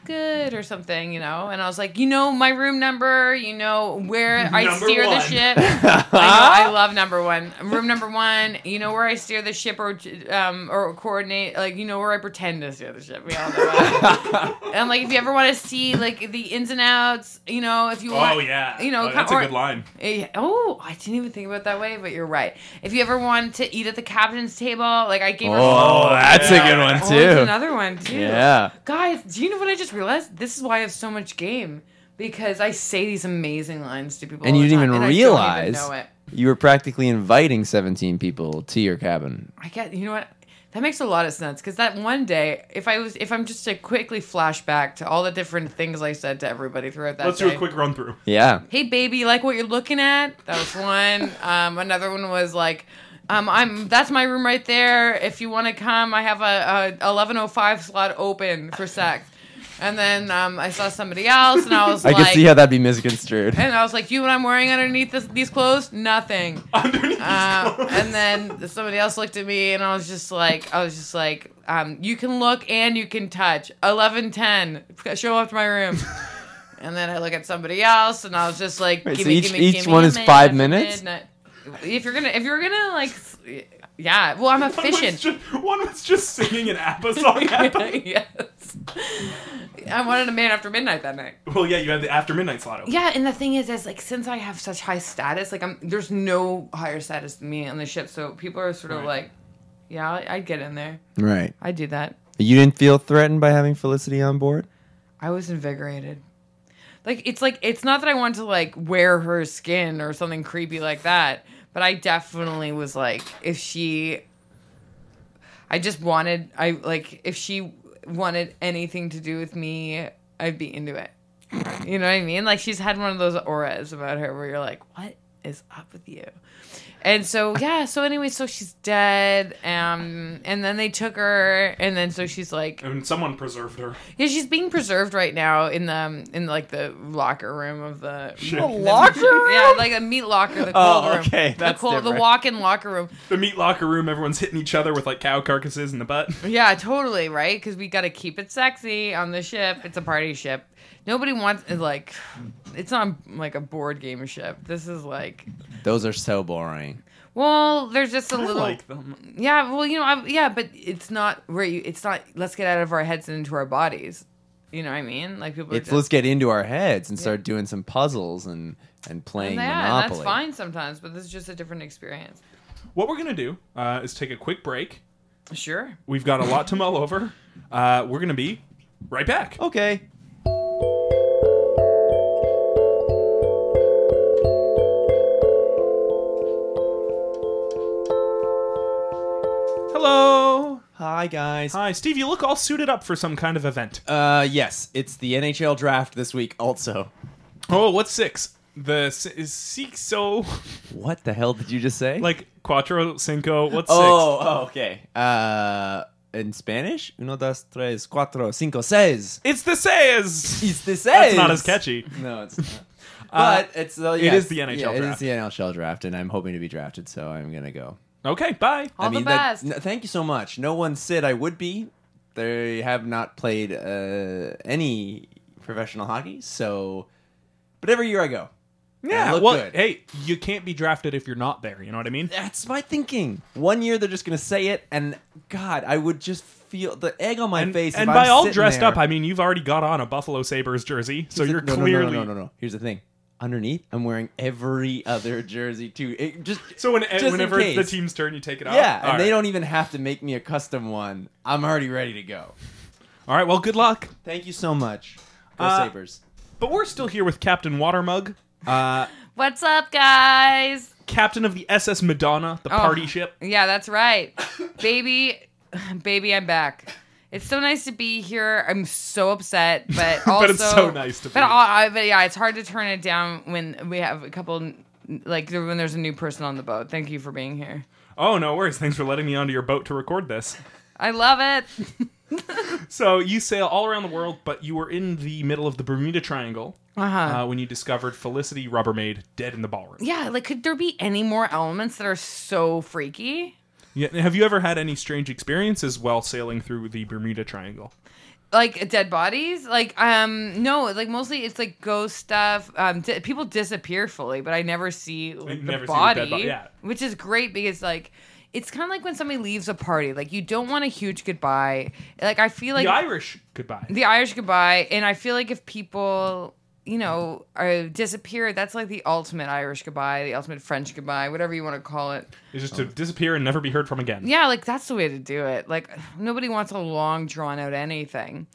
[SPEAKER 3] Good or something, you know? And I was like, you know my room number, you know where I
[SPEAKER 1] Number
[SPEAKER 3] steer the
[SPEAKER 1] one.
[SPEAKER 3] ship. I know. I love number one. Room number one. You know where I steer the ship, or um, or coordinate. Like you know where I pretend to steer the ship. We all know that. and like if you ever want to see like the ins and outs, you know if you want.
[SPEAKER 1] oh yeah.
[SPEAKER 3] You know,
[SPEAKER 1] Oh, that's
[SPEAKER 3] or-
[SPEAKER 1] a good line.
[SPEAKER 3] Eh, Oh, I didn't even think about it that way, but you're right. If you ever wanted to eat at the captain's table, like I gave her.
[SPEAKER 2] Oh, that's
[SPEAKER 1] yeah.
[SPEAKER 2] a
[SPEAKER 3] Oh,
[SPEAKER 2] good
[SPEAKER 3] there's
[SPEAKER 2] one too.
[SPEAKER 3] another one too.
[SPEAKER 2] Yeah.
[SPEAKER 3] Guys, do you know what I just realized? This is why I have so much game because I say these amazing lines to people,
[SPEAKER 2] And
[SPEAKER 3] all
[SPEAKER 2] you
[SPEAKER 3] the
[SPEAKER 2] didn't
[SPEAKER 3] time,
[SPEAKER 2] even
[SPEAKER 3] and I don't
[SPEAKER 2] realize
[SPEAKER 3] know it.
[SPEAKER 2] you were practically inviting 17 people to your cabin.
[SPEAKER 3] I get you know what that makes a lot of sense because that one day if I was if I'm just to quickly flashback to all the different things I said to everybody throughout that
[SPEAKER 1] Let's
[SPEAKER 3] day.
[SPEAKER 1] do a quick run through.
[SPEAKER 2] Yeah.
[SPEAKER 3] hey baby like what you're looking at that was one um, another one was like um, I'm that's my room right there if you want to come I have a, a 1105 slot open for sex and then um, I saw somebody else and I was
[SPEAKER 2] I
[SPEAKER 3] like
[SPEAKER 2] could see how that'd be misconstrued.
[SPEAKER 3] and I was like you and I'm wearing underneath this, these clothes nothing
[SPEAKER 1] Underneath
[SPEAKER 3] um, and then somebody else looked at me, and I was just like, I was just like, um, you can look and you can touch. Eleven ten, show up to my room. and then I look at somebody else, and I was just like,
[SPEAKER 2] Wait,
[SPEAKER 3] give
[SPEAKER 2] so
[SPEAKER 3] me,
[SPEAKER 2] each-
[SPEAKER 3] give me,
[SPEAKER 2] each
[SPEAKER 3] give me
[SPEAKER 2] one
[SPEAKER 3] a
[SPEAKER 2] is
[SPEAKER 3] minute
[SPEAKER 2] five
[SPEAKER 3] after
[SPEAKER 2] minutes?
[SPEAKER 3] midnight. If you're gonna, if you're gonna like, s- yeah. Well, I'm
[SPEAKER 1] One was,
[SPEAKER 3] efficient.
[SPEAKER 1] just, one was just singing an ABBA song. ABBA.
[SPEAKER 3] yes. I wanted a man after midnight that night.
[SPEAKER 1] Well, yeah, you had the after midnight slot. open.
[SPEAKER 3] Yeah, and the thing is, is like since I have such high status, like I'm there's no higher status than me on the ship, so people are sort of
[SPEAKER 1] Right.
[SPEAKER 3] like, yeah, I- I'd get in there,
[SPEAKER 2] Right.
[SPEAKER 3] I'd do that.
[SPEAKER 2] You didn't feel threatened by having Felicity on board?
[SPEAKER 3] I was invigorated. Like it's like it's not that I want to like wear her skin or something creepy like that, but I definitely was like if she I just wanted I like if she wanted anything to do with me, I'd be into it. You know what I mean? Like she's had one of those auras about her where you're like, "What is up with you?" And so yeah, so anyway, so she's dead, um, and then they took her, and then so she's like,
[SPEAKER 1] And someone preserved her.
[SPEAKER 3] yeah, she's being preserved right now in the um, in like the locker room of the
[SPEAKER 1] Shit.
[SPEAKER 2] The locker room?
[SPEAKER 3] Yeah, like a meat locker, the cold
[SPEAKER 2] Oh,
[SPEAKER 3] room.
[SPEAKER 2] okay,
[SPEAKER 3] the
[SPEAKER 2] that's
[SPEAKER 3] cold, the
[SPEAKER 2] different.
[SPEAKER 3] walk-in locker room.
[SPEAKER 1] The meat locker room, everyone's hitting each other with like cow carcasses in the butt.
[SPEAKER 3] Yeah, totally right because we got to keep it sexy on the ship. It's a party ship. Nobody wants uh, like, it's not like a board game ship. This is like,
[SPEAKER 2] Those are so boring.
[SPEAKER 3] well, there's just a
[SPEAKER 1] I
[SPEAKER 3] little.
[SPEAKER 1] like them.
[SPEAKER 3] Yeah, well, you know, I, yeah, but it's not where you. It's not. Let's get out of our heads and into our bodies. You know what I mean? Like people. are
[SPEAKER 2] It's
[SPEAKER 3] just-
[SPEAKER 2] let's get into our heads and start doing some puzzles and and playing
[SPEAKER 3] Yeah, and
[SPEAKER 2] Monopoly.
[SPEAKER 3] that's fine sometimes, but this is just a different experience.
[SPEAKER 1] What we're gonna do uh, is take a quick break.
[SPEAKER 3] Sure.
[SPEAKER 1] We've got a lot to mull over. Uh, we're gonna be right back.
[SPEAKER 2] Okay.
[SPEAKER 1] Hello.
[SPEAKER 2] Hi guys.
[SPEAKER 1] Hi, Steve. You look all suited up for some kind of event.
[SPEAKER 2] Uh yes, it's the NHL draft this week also.
[SPEAKER 1] Oh, what's six? The s- is six so
[SPEAKER 2] What the hell did you just say?
[SPEAKER 1] like cuatro cinco? What's six?
[SPEAKER 2] Oh, oh, okay. Uh in Spanish? Uno, dos, tres, cuatro, cinco, seis.
[SPEAKER 1] It's the says.
[SPEAKER 2] It's the seis.
[SPEAKER 1] That's not as catchy.
[SPEAKER 2] No, it's not. But it's uh, yes,
[SPEAKER 1] is the NHL
[SPEAKER 2] yeah, It is
[SPEAKER 1] draft.
[SPEAKER 2] the NHL draft, and I'm hoping to be drafted, so I'm gonna go.
[SPEAKER 1] Okay, bye.
[SPEAKER 3] All
[SPEAKER 2] I mean,
[SPEAKER 3] the
[SPEAKER 2] that-
[SPEAKER 3] best.
[SPEAKER 2] no, thank you so much. No one said I would be. They have not played uh, any professional hockey, so. But every year I go.
[SPEAKER 1] Yeah,
[SPEAKER 2] look
[SPEAKER 1] well,
[SPEAKER 2] good.
[SPEAKER 1] hey, you can't be drafted if you're not there. You know what I mean?
[SPEAKER 2] That's my thinking. One year they're just gonna say it, and God, I would just feel the egg on my
[SPEAKER 1] And,
[SPEAKER 2] face.
[SPEAKER 1] and
[SPEAKER 2] if
[SPEAKER 1] by
[SPEAKER 2] I'm
[SPEAKER 1] all
[SPEAKER 2] sitting
[SPEAKER 1] dressed
[SPEAKER 2] there.
[SPEAKER 1] up, I mean you've already got on a Buffalo Sabres jersey, so
[SPEAKER 2] Here's
[SPEAKER 1] you're
[SPEAKER 2] the- no, no,
[SPEAKER 1] clearly.
[SPEAKER 2] No, no, no, no, no. Here's the thing. Underneath, I'm wearing every other jersey too. It just
[SPEAKER 1] So when, eh,
[SPEAKER 2] just in
[SPEAKER 1] whenever it's the
[SPEAKER 2] case.
[SPEAKER 1] team's turn, you take it off.
[SPEAKER 2] Yeah,
[SPEAKER 1] Oh, All
[SPEAKER 2] and they
[SPEAKER 1] right.
[SPEAKER 2] don't even have to make me a custom one. I'm already ready to go.
[SPEAKER 1] All right, well, good luck.
[SPEAKER 2] Thank you so much. Go
[SPEAKER 1] Uh,
[SPEAKER 2] Sabres.
[SPEAKER 1] But we're still here with Captain Watermug, uh,
[SPEAKER 3] What's up, guys?
[SPEAKER 1] captain of the SS Madonna, the
[SPEAKER 2] Ah.
[SPEAKER 3] Oh.
[SPEAKER 1] party ship.
[SPEAKER 3] Yeah, that's right. baby, baby, I'm back. It's so nice to be here. I'm so upset, but also
[SPEAKER 1] But it's so nice to be.
[SPEAKER 3] but all- I, but yeah, it's hard to turn it down when we have a couple like when there's a new person on the boat. Thank you for being here.
[SPEAKER 1] Oh, no worries. Thanks for letting me onto your boat to record this.
[SPEAKER 3] I love it.
[SPEAKER 1] So you sail all around the world, but you were in the middle of the Bermuda Triangle
[SPEAKER 3] Uh-huh.
[SPEAKER 1] uh, when you discovered Felicity Rubbermaid dead in the ballroom.
[SPEAKER 3] Yeah, like could there be any more elements that are so freaky?
[SPEAKER 1] Yeah. Have you ever had any strange experiences while sailing through the Bermuda Triangle?
[SPEAKER 3] Like dead bodies? Like um no, like mostly it's like ghost stuff. Um di- people disappear fully, but I never see like,
[SPEAKER 1] never see
[SPEAKER 3] the
[SPEAKER 1] the dead
[SPEAKER 3] body,
[SPEAKER 1] body, yeah.
[SPEAKER 3] which is great because like it's kind of like when somebody leaves a party. Like you don't want a huge goodbye. Like I feel like
[SPEAKER 1] the Irish goodbye.
[SPEAKER 3] the Irish goodbye, and I feel like if people, you know, are disappear, that's like the ultimate Irish goodbye, the ultimate French goodbye, whatever you want to call it.
[SPEAKER 1] It's just to disappear and never be heard from again.
[SPEAKER 3] Yeah, like that's the way to do it. Like nobody wants a long, drawn out anything.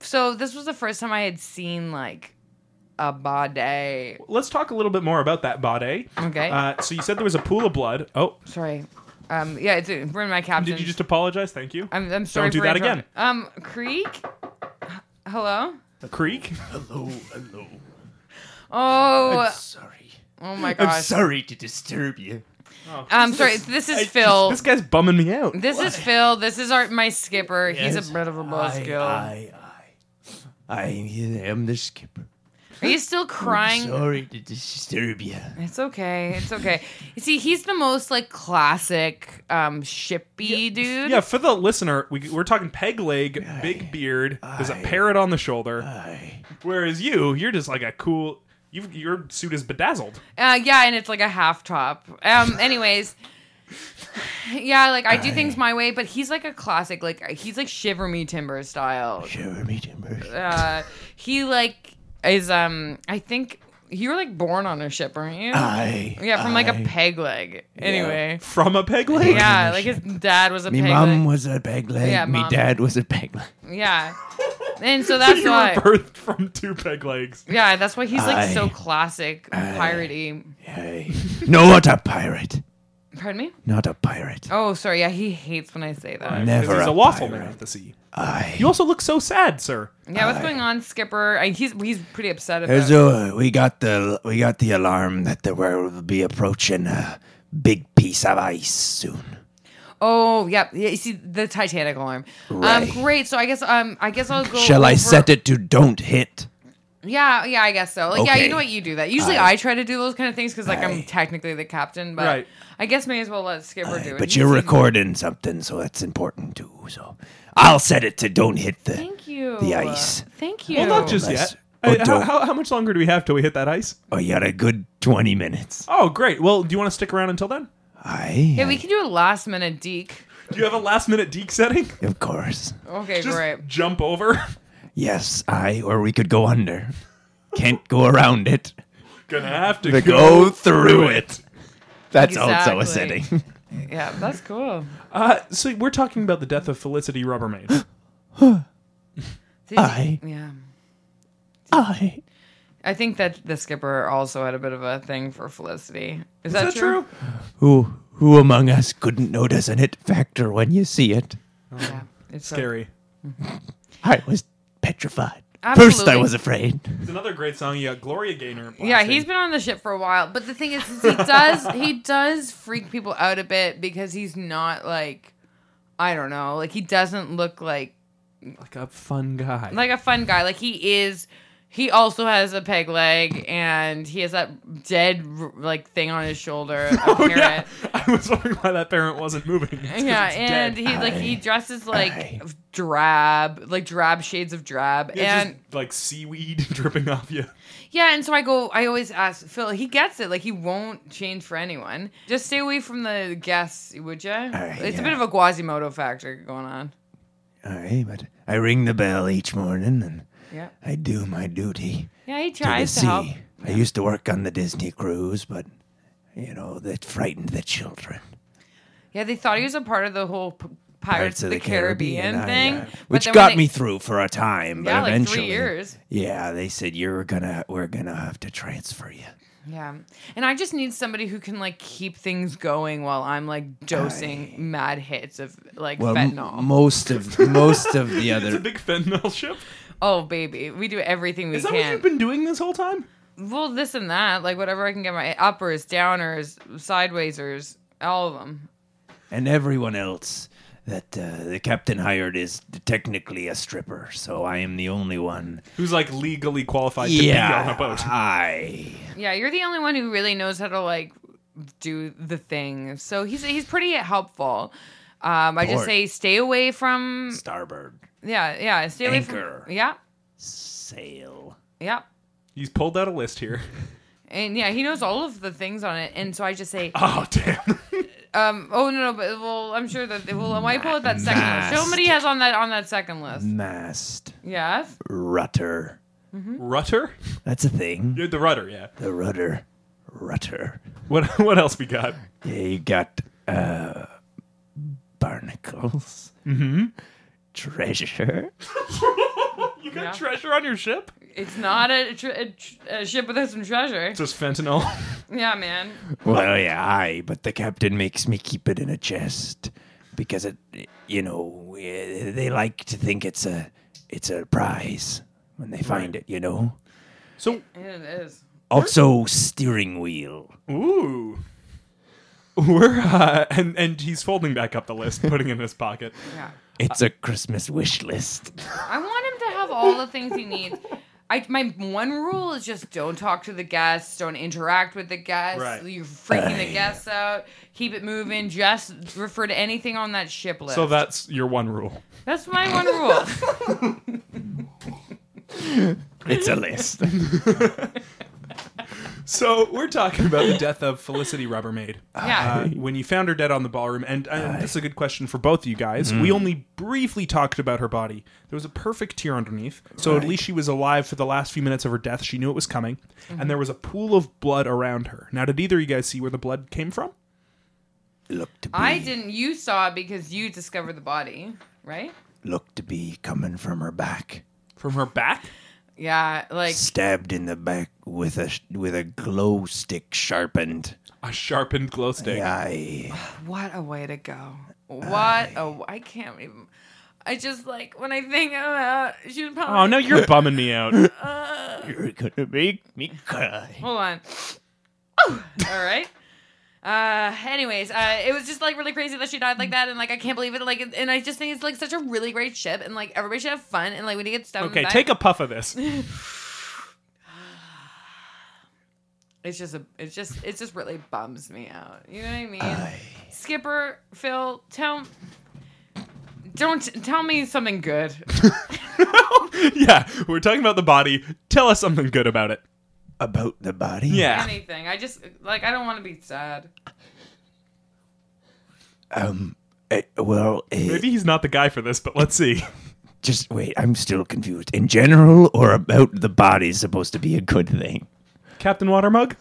[SPEAKER 3] So this was the first time I had seen like a body.
[SPEAKER 1] Let's talk a little bit more about that body.
[SPEAKER 3] Okay.
[SPEAKER 1] Uh, so you said there was a pool of blood. Oh,
[SPEAKER 3] Sorry. Um, yeah, it's we're in my caption.
[SPEAKER 1] did you just apologize? Thank you.
[SPEAKER 3] I'm, I'm sorry.
[SPEAKER 1] Don't do
[SPEAKER 3] for
[SPEAKER 1] that
[SPEAKER 3] interrupt-
[SPEAKER 1] again.
[SPEAKER 3] Um, Creek. H- Hello.
[SPEAKER 1] A creek.
[SPEAKER 2] Hello, hello.
[SPEAKER 3] Oh,
[SPEAKER 2] sorry.
[SPEAKER 3] oh my
[SPEAKER 2] I'm
[SPEAKER 3] gosh.
[SPEAKER 2] sorry to disturb you.
[SPEAKER 3] I'm sorry. This is Phil.
[SPEAKER 1] This guy's bumming me out.
[SPEAKER 3] This is Phil. This is our my skipper. He's
[SPEAKER 2] Yes,
[SPEAKER 3] a bit of a
[SPEAKER 2] I,
[SPEAKER 3] buzzkill.
[SPEAKER 2] I, I, I am the skipper.
[SPEAKER 3] Are you still crying?
[SPEAKER 2] Sorry to disturb you.
[SPEAKER 3] It's okay. It's okay. You see, he's the most like classic um shippy dude.
[SPEAKER 1] Yeah, for the listener, we, we're talking peg leg, big beard. There's a parrot on the shoulder.
[SPEAKER 2] Uh, I,
[SPEAKER 1] Whereas you, you're just like a cool. you your suit is bedazzled.
[SPEAKER 3] Uh, yeah, and it's like a half top. Um, anyways. Yeah, like I do things my way, but he's like a classic, like he's like shiver me timber style.
[SPEAKER 2] Jeremy Timber.
[SPEAKER 3] Uh, he like is um, I think you were like born on a ship, weren't you?
[SPEAKER 2] I.
[SPEAKER 3] yeah, from like a
[SPEAKER 2] Uh, I-
[SPEAKER 3] peg leg. Anyway,
[SPEAKER 1] From a peg leg?
[SPEAKER 3] Yeah, like his dad was a
[SPEAKER 2] Me
[SPEAKER 3] pig.
[SPEAKER 2] mom was a peg leg.
[SPEAKER 3] Yeah,
[SPEAKER 2] me
[SPEAKER 3] mom.
[SPEAKER 2] dad was a peg leg.
[SPEAKER 3] yeah. And so that's
[SPEAKER 1] you
[SPEAKER 3] why.
[SPEAKER 1] were birthed from two peg legs.
[SPEAKER 3] Yeah, that's why he's like so
[SPEAKER 2] I-
[SPEAKER 3] classic piratey.
[SPEAKER 2] Hey. not a pirate.
[SPEAKER 3] Pardon me?
[SPEAKER 2] Not a pirate.
[SPEAKER 3] Oh, sorry. Yeah, he hates when I say that.
[SPEAKER 1] Because
[SPEAKER 2] Never
[SPEAKER 1] he's
[SPEAKER 2] a
[SPEAKER 1] a lawful
[SPEAKER 2] pirate.
[SPEAKER 1] man of the sea.
[SPEAKER 2] I.
[SPEAKER 1] You also look so sad, sir.
[SPEAKER 3] Yeah, what's going on, Skipper? I, he's he's pretty upset about.
[SPEAKER 2] There's
[SPEAKER 3] it.
[SPEAKER 2] a, we got the we got the alarm that there will be approaching a big piece of ice soon.
[SPEAKER 3] oh, yep. Yeah, you see the Titanic alarm. Um,
[SPEAKER 2] Right.
[SPEAKER 3] great. So I guess um, I guess I'll go.
[SPEAKER 2] Shall I
[SPEAKER 3] over-
[SPEAKER 2] set it to don't hit?
[SPEAKER 3] Yeah, yeah, I guess so. Like, yeah, you
[SPEAKER 2] Okay.
[SPEAKER 3] know what you do that. Usually, I, try to do those kind of things because like I, am technically the captain, but
[SPEAKER 1] Right.
[SPEAKER 3] I guess may as well let Skipper do it.
[SPEAKER 2] But
[SPEAKER 3] He
[SPEAKER 2] you're
[SPEAKER 3] seems-
[SPEAKER 2] recording something, so that's important too. So I'll set it to don't hit the.
[SPEAKER 3] Thank you.
[SPEAKER 2] The ice.
[SPEAKER 3] Thank you.
[SPEAKER 1] Well, not just
[SPEAKER 2] Nice.
[SPEAKER 1] yet.
[SPEAKER 2] Oh,
[SPEAKER 1] Uh, how,
[SPEAKER 2] dope.
[SPEAKER 1] how, how much longer do we have till we hit that ice?
[SPEAKER 2] Oh, you got a good twenty minutes.
[SPEAKER 1] Oh, great. Well, do you want to stick around until then?
[SPEAKER 2] I.
[SPEAKER 3] Yeah, we can do a last minute deke.
[SPEAKER 1] Do you have a last minute deke setting?
[SPEAKER 2] of course.
[SPEAKER 3] Okay,
[SPEAKER 1] Just
[SPEAKER 3] great.
[SPEAKER 1] jump over.
[SPEAKER 2] Yes, I. Or we could go under. Can't go around it.
[SPEAKER 1] Gonna have to
[SPEAKER 2] To
[SPEAKER 1] go.
[SPEAKER 2] go through it. That's also a
[SPEAKER 3] Exactly.
[SPEAKER 2] setting.
[SPEAKER 3] Yeah, that's cool.
[SPEAKER 1] Uh, so we're talking about the death of Felicity Rubbermaid.
[SPEAKER 3] Did you-
[SPEAKER 2] Aye.
[SPEAKER 3] yeah.
[SPEAKER 2] I.
[SPEAKER 3] I think that the skipper also had a bit of a thing for Felicity. Is, that,
[SPEAKER 1] Is that true?
[SPEAKER 2] Who who among us couldn't notice an it factor when you see it?
[SPEAKER 3] Yeah. It's so-
[SPEAKER 1] Scary.
[SPEAKER 2] I was petrified. First
[SPEAKER 3] Absolutely.
[SPEAKER 2] I was afraid.
[SPEAKER 1] It's another great song. You got Gloria Gaynor.
[SPEAKER 3] yeah,
[SPEAKER 1] blasting.
[SPEAKER 3] he's been on the ship for a while, but the thing is, is he does he does freak people out a bit because he's not like I don't know, like he doesn't look like
[SPEAKER 1] like a fun guy.
[SPEAKER 3] like a fun guy. Like he is he also has a peg leg and he has that dead like thing on his shoulder. a
[SPEAKER 1] Oh, yeah.
[SPEAKER 3] carrot.
[SPEAKER 1] I was wondering why that parent wasn't moving. It's 'cause
[SPEAKER 3] Yeah,
[SPEAKER 1] it's dead.
[SPEAKER 3] and he like he
[SPEAKER 2] Aye.
[SPEAKER 3] dresses like
[SPEAKER 2] Aye.
[SPEAKER 3] drab, like drab shades of drab,
[SPEAKER 1] Yeah,
[SPEAKER 3] and
[SPEAKER 1] just, like seaweed dripping off you.
[SPEAKER 3] yeah, and so I go. I always ask Phil. He gets it. Like he won't change for anyone. Just stay away from the guests, would ya?
[SPEAKER 2] Aye,
[SPEAKER 3] it's a
[SPEAKER 2] yeah.
[SPEAKER 3] bit of a Quasimodo factor going on.
[SPEAKER 2] Aye, but I ring the bell each morning and
[SPEAKER 3] Yeah,
[SPEAKER 2] I do my duty
[SPEAKER 3] yeah, he
[SPEAKER 2] to the
[SPEAKER 3] tries to,
[SPEAKER 2] sea.
[SPEAKER 3] help.
[SPEAKER 2] I used to work on the Disney cruise, but you know that frightened the children.
[SPEAKER 3] Yeah, they thought he was a part of the whole p- Pirates
[SPEAKER 2] Parts
[SPEAKER 3] of the, Caribbean,
[SPEAKER 2] I,
[SPEAKER 3] thing,
[SPEAKER 2] uh,
[SPEAKER 3] but
[SPEAKER 2] which
[SPEAKER 3] then when
[SPEAKER 2] got
[SPEAKER 3] they-
[SPEAKER 2] me through for a time, but
[SPEAKER 3] Yeah, like
[SPEAKER 2] eventually,
[SPEAKER 3] three years.
[SPEAKER 2] yeah, they said you're gonna we're gonna have to transfer you.
[SPEAKER 3] Yeah, and I just need somebody who can like keep things going while I'm like dosing mad hits of like
[SPEAKER 2] Well, m-
[SPEAKER 3] fentanyl.
[SPEAKER 2] most of most of the
[SPEAKER 1] It's a
[SPEAKER 2] other
[SPEAKER 1] big fentanyl ship.
[SPEAKER 3] Oh baby, we do everything we
[SPEAKER 1] Is that what
[SPEAKER 3] can.
[SPEAKER 1] you've been doing this whole time?
[SPEAKER 3] well, this and that, like whatever I can get my uppers, downers, sidewaysers, all of them.
[SPEAKER 2] and everyone else that uh, the captain hired is technically a stripper, so I am the only one.
[SPEAKER 1] Who's like legally qualified to be on a boat?
[SPEAKER 2] I.
[SPEAKER 3] Yeah, you're the only one who really knows how to like do the thing. So he's he's pretty helpful. Um, I
[SPEAKER 2] Port.
[SPEAKER 3] just say stay away from
[SPEAKER 2] Starboard
[SPEAKER 3] yeah yeah stay away
[SPEAKER 2] Anchor.
[SPEAKER 3] from yeah
[SPEAKER 2] sail.
[SPEAKER 3] yeah
[SPEAKER 1] He's pulled out a list here.
[SPEAKER 3] and yeah he knows all of the things on it and so I just say
[SPEAKER 1] Oh damn!
[SPEAKER 3] um oh no no but well I'm sure that well why pull out that second list
[SPEAKER 2] Mast.
[SPEAKER 3] somebody has on that on that second list
[SPEAKER 2] Mast.
[SPEAKER 3] yes
[SPEAKER 2] Rudder.
[SPEAKER 1] Rudder?
[SPEAKER 2] That's a thing.
[SPEAKER 1] You're the rudder, yeah.
[SPEAKER 2] The rudder. Rudder.
[SPEAKER 1] What what else we got?
[SPEAKER 2] Yeah, you got uh, barnacles. Mm-hmm. Treasure.
[SPEAKER 1] You got
[SPEAKER 3] Yeah.
[SPEAKER 1] treasure on your ship?
[SPEAKER 3] it's not a, tr- a, tr- a ship without some treasure
[SPEAKER 1] It's just fentanyl.
[SPEAKER 3] yeah man
[SPEAKER 2] Well, yeah, aye, but the captain makes me keep it in a chest because it, you know, eh, they like to think it's a, it's a prize when they find it, you know.
[SPEAKER 1] So
[SPEAKER 3] it is
[SPEAKER 2] Also, steering wheel.
[SPEAKER 1] ooh. We're uh, and and he's folding back up the list, putting it in his pocket.
[SPEAKER 3] yeah.
[SPEAKER 2] It's a Christmas wish list.
[SPEAKER 3] I want him to have all the things he needs. I, my one rule is just don't talk to the guests, don't interact with the guests.
[SPEAKER 1] Right.
[SPEAKER 3] You're freaking the
[SPEAKER 2] Aye.
[SPEAKER 3] guests out. Keep it moving. Just refer to anything on that ship list.
[SPEAKER 1] So that's your one rule.
[SPEAKER 3] that's my one rule.
[SPEAKER 2] It's a list.
[SPEAKER 1] So we're talking about the death of Felicity Rubbermaid.
[SPEAKER 3] yeah.
[SPEAKER 1] Uh, when you found her dead on the ballroom, and, and this is a good question for both of you guys. We only briefly talked about her body. There was a perfect tear underneath, so at
[SPEAKER 2] Right.
[SPEAKER 1] least she was alive for the last few minutes of her death. She knew it was coming, and there was a pool of blood around her. Now, did either of you guys see where the blood came from?
[SPEAKER 2] Look to be.
[SPEAKER 3] I didn't. You saw it because you discovered the body, right?
[SPEAKER 2] Look to be coming from her back.
[SPEAKER 1] From her back?
[SPEAKER 3] Yeah. Like
[SPEAKER 2] stabbed in the back with a with a glow stick sharpened.
[SPEAKER 1] A sharpened glow stick.
[SPEAKER 2] Aye.
[SPEAKER 3] what a way to go. What a. I can't even. I just like when I think about she was probably.
[SPEAKER 1] Oh, no, you're bumming me out.
[SPEAKER 2] You're gonna make me cry.
[SPEAKER 3] Hold on. Oh, all right. Uh, anyways, uh, it was just like really crazy that she died like that, and like I can't believe it. Like, and- and I just think it's like such a really great ship, and like everybody should have fun, and like when you get stuff.
[SPEAKER 1] Okay, take a puff of this.
[SPEAKER 3] It's just a. It's just. It just really bums me out. You know what I mean?
[SPEAKER 2] Uh.
[SPEAKER 3] Skipper Phil, tell. Don't tell me something good.
[SPEAKER 1] yeah, we're talking about the body. Tell us something good about it.
[SPEAKER 2] About the body?
[SPEAKER 1] Yeah.
[SPEAKER 3] Anything. I just like I don't want to be sad.
[SPEAKER 2] Um. eh, well, eh,
[SPEAKER 1] Maybe he's not the guy for this, but let's see.
[SPEAKER 2] just wait. I'm still confused. In general, or about the body is supposed to be a good thing.
[SPEAKER 1] Captain Watermug?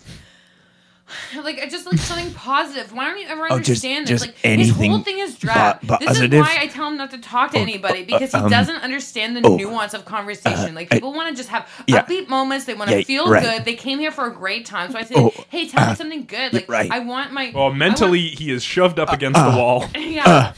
[SPEAKER 3] Like I just like something positive. Why don't you ever
[SPEAKER 2] Oh, just-
[SPEAKER 3] understand
[SPEAKER 2] just
[SPEAKER 3] this? Like his whole
[SPEAKER 2] anything
[SPEAKER 3] thing is drab.
[SPEAKER 2] po-
[SPEAKER 3] this is
[SPEAKER 2] positive?
[SPEAKER 3] why I tell him not to talk to anybody because he
[SPEAKER 2] um, Uh,
[SPEAKER 3] doesn't understand the nuance of conversation. Like
[SPEAKER 2] I-
[SPEAKER 3] people want to just have
[SPEAKER 2] Yeah.
[SPEAKER 3] upbeat moments. They want to
[SPEAKER 2] Yeah,
[SPEAKER 3] feel
[SPEAKER 2] right.
[SPEAKER 3] good. They came here for a great time. So I say,
[SPEAKER 2] Oh,
[SPEAKER 3] hey, tell me
[SPEAKER 2] uh,
[SPEAKER 3] something good. Like
[SPEAKER 2] right.
[SPEAKER 3] I want my I
[SPEAKER 1] Well,
[SPEAKER 3] want-
[SPEAKER 1] mentally, he is shoved up against the wall.
[SPEAKER 3] yeah. like you know-
[SPEAKER 2] Uh,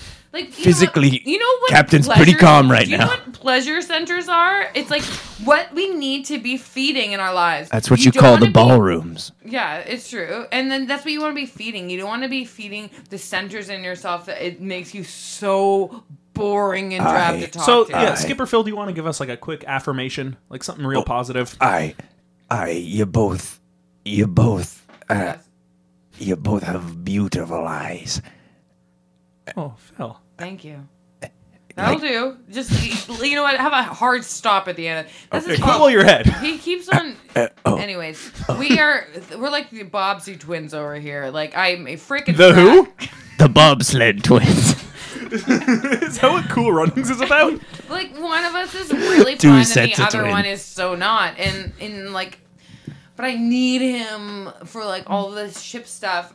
[SPEAKER 2] physically,
[SPEAKER 3] you know what?
[SPEAKER 2] Captain's pretty calm right
[SPEAKER 3] do you
[SPEAKER 2] now.
[SPEAKER 3] Know what pleasure centers are? It's like what we need to be feeding in our lives.
[SPEAKER 2] That's what you,
[SPEAKER 3] don't
[SPEAKER 2] call
[SPEAKER 3] wanna
[SPEAKER 2] the
[SPEAKER 3] be-
[SPEAKER 2] ballrooms.
[SPEAKER 3] yeah, it's true. And then that's what you want to be feeding. You don't want to be feeding the centers in yourself that it makes you so boring and drab to
[SPEAKER 2] Aye.
[SPEAKER 3] talk
[SPEAKER 1] So
[SPEAKER 3] to.
[SPEAKER 1] yeah,
[SPEAKER 2] Aye.
[SPEAKER 1] Skipper Phil, do you want to give us like a quick affirmation, like something real positive?
[SPEAKER 2] I, I, you both, you both, uh,
[SPEAKER 3] Yes.
[SPEAKER 2] you both have beautiful eyes.
[SPEAKER 1] Oh, Phil.
[SPEAKER 3] Thank you. That'll do. Just you know what? Have a hard stop at the end. This
[SPEAKER 1] Okay,
[SPEAKER 3] is
[SPEAKER 1] cool your head.
[SPEAKER 3] He keeps on.
[SPEAKER 2] Uh, oh,
[SPEAKER 3] Anyways, we are we're like the Bobsey twins over here. Like I'm a freaking
[SPEAKER 1] The who?
[SPEAKER 2] the bobsled twins.
[SPEAKER 1] Is that what Cool Runnings is about?
[SPEAKER 3] like one of us is really
[SPEAKER 2] Two
[SPEAKER 3] fun and
[SPEAKER 2] sets
[SPEAKER 3] the
[SPEAKER 2] of
[SPEAKER 3] other
[SPEAKER 2] twin.
[SPEAKER 3] one is so not and and like but i need him for like all the ship stuff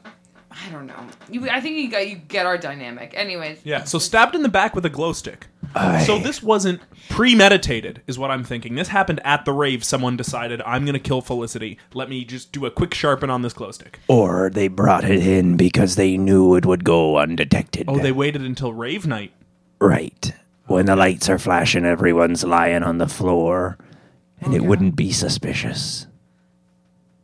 [SPEAKER 3] i don't know you i think you got you get our dynamic anyways
[SPEAKER 1] Yeah. So stabbed in the back with a glow stick.
[SPEAKER 2] Aye.
[SPEAKER 1] So this wasn't premeditated, is what I'm thinking. This happened at the rave. Someone decided I'm gonna kill Felicity. Let me just do a quick sharpen on this glow stick.
[SPEAKER 2] Or they brought it in because they knew it would go undetected.
[SPEAKER 1] Oh, they waited until rave night.
[SPEAKER 2] right. When the lights are flashing, everyone's lying on the floor, and it wouldn't be suspicious.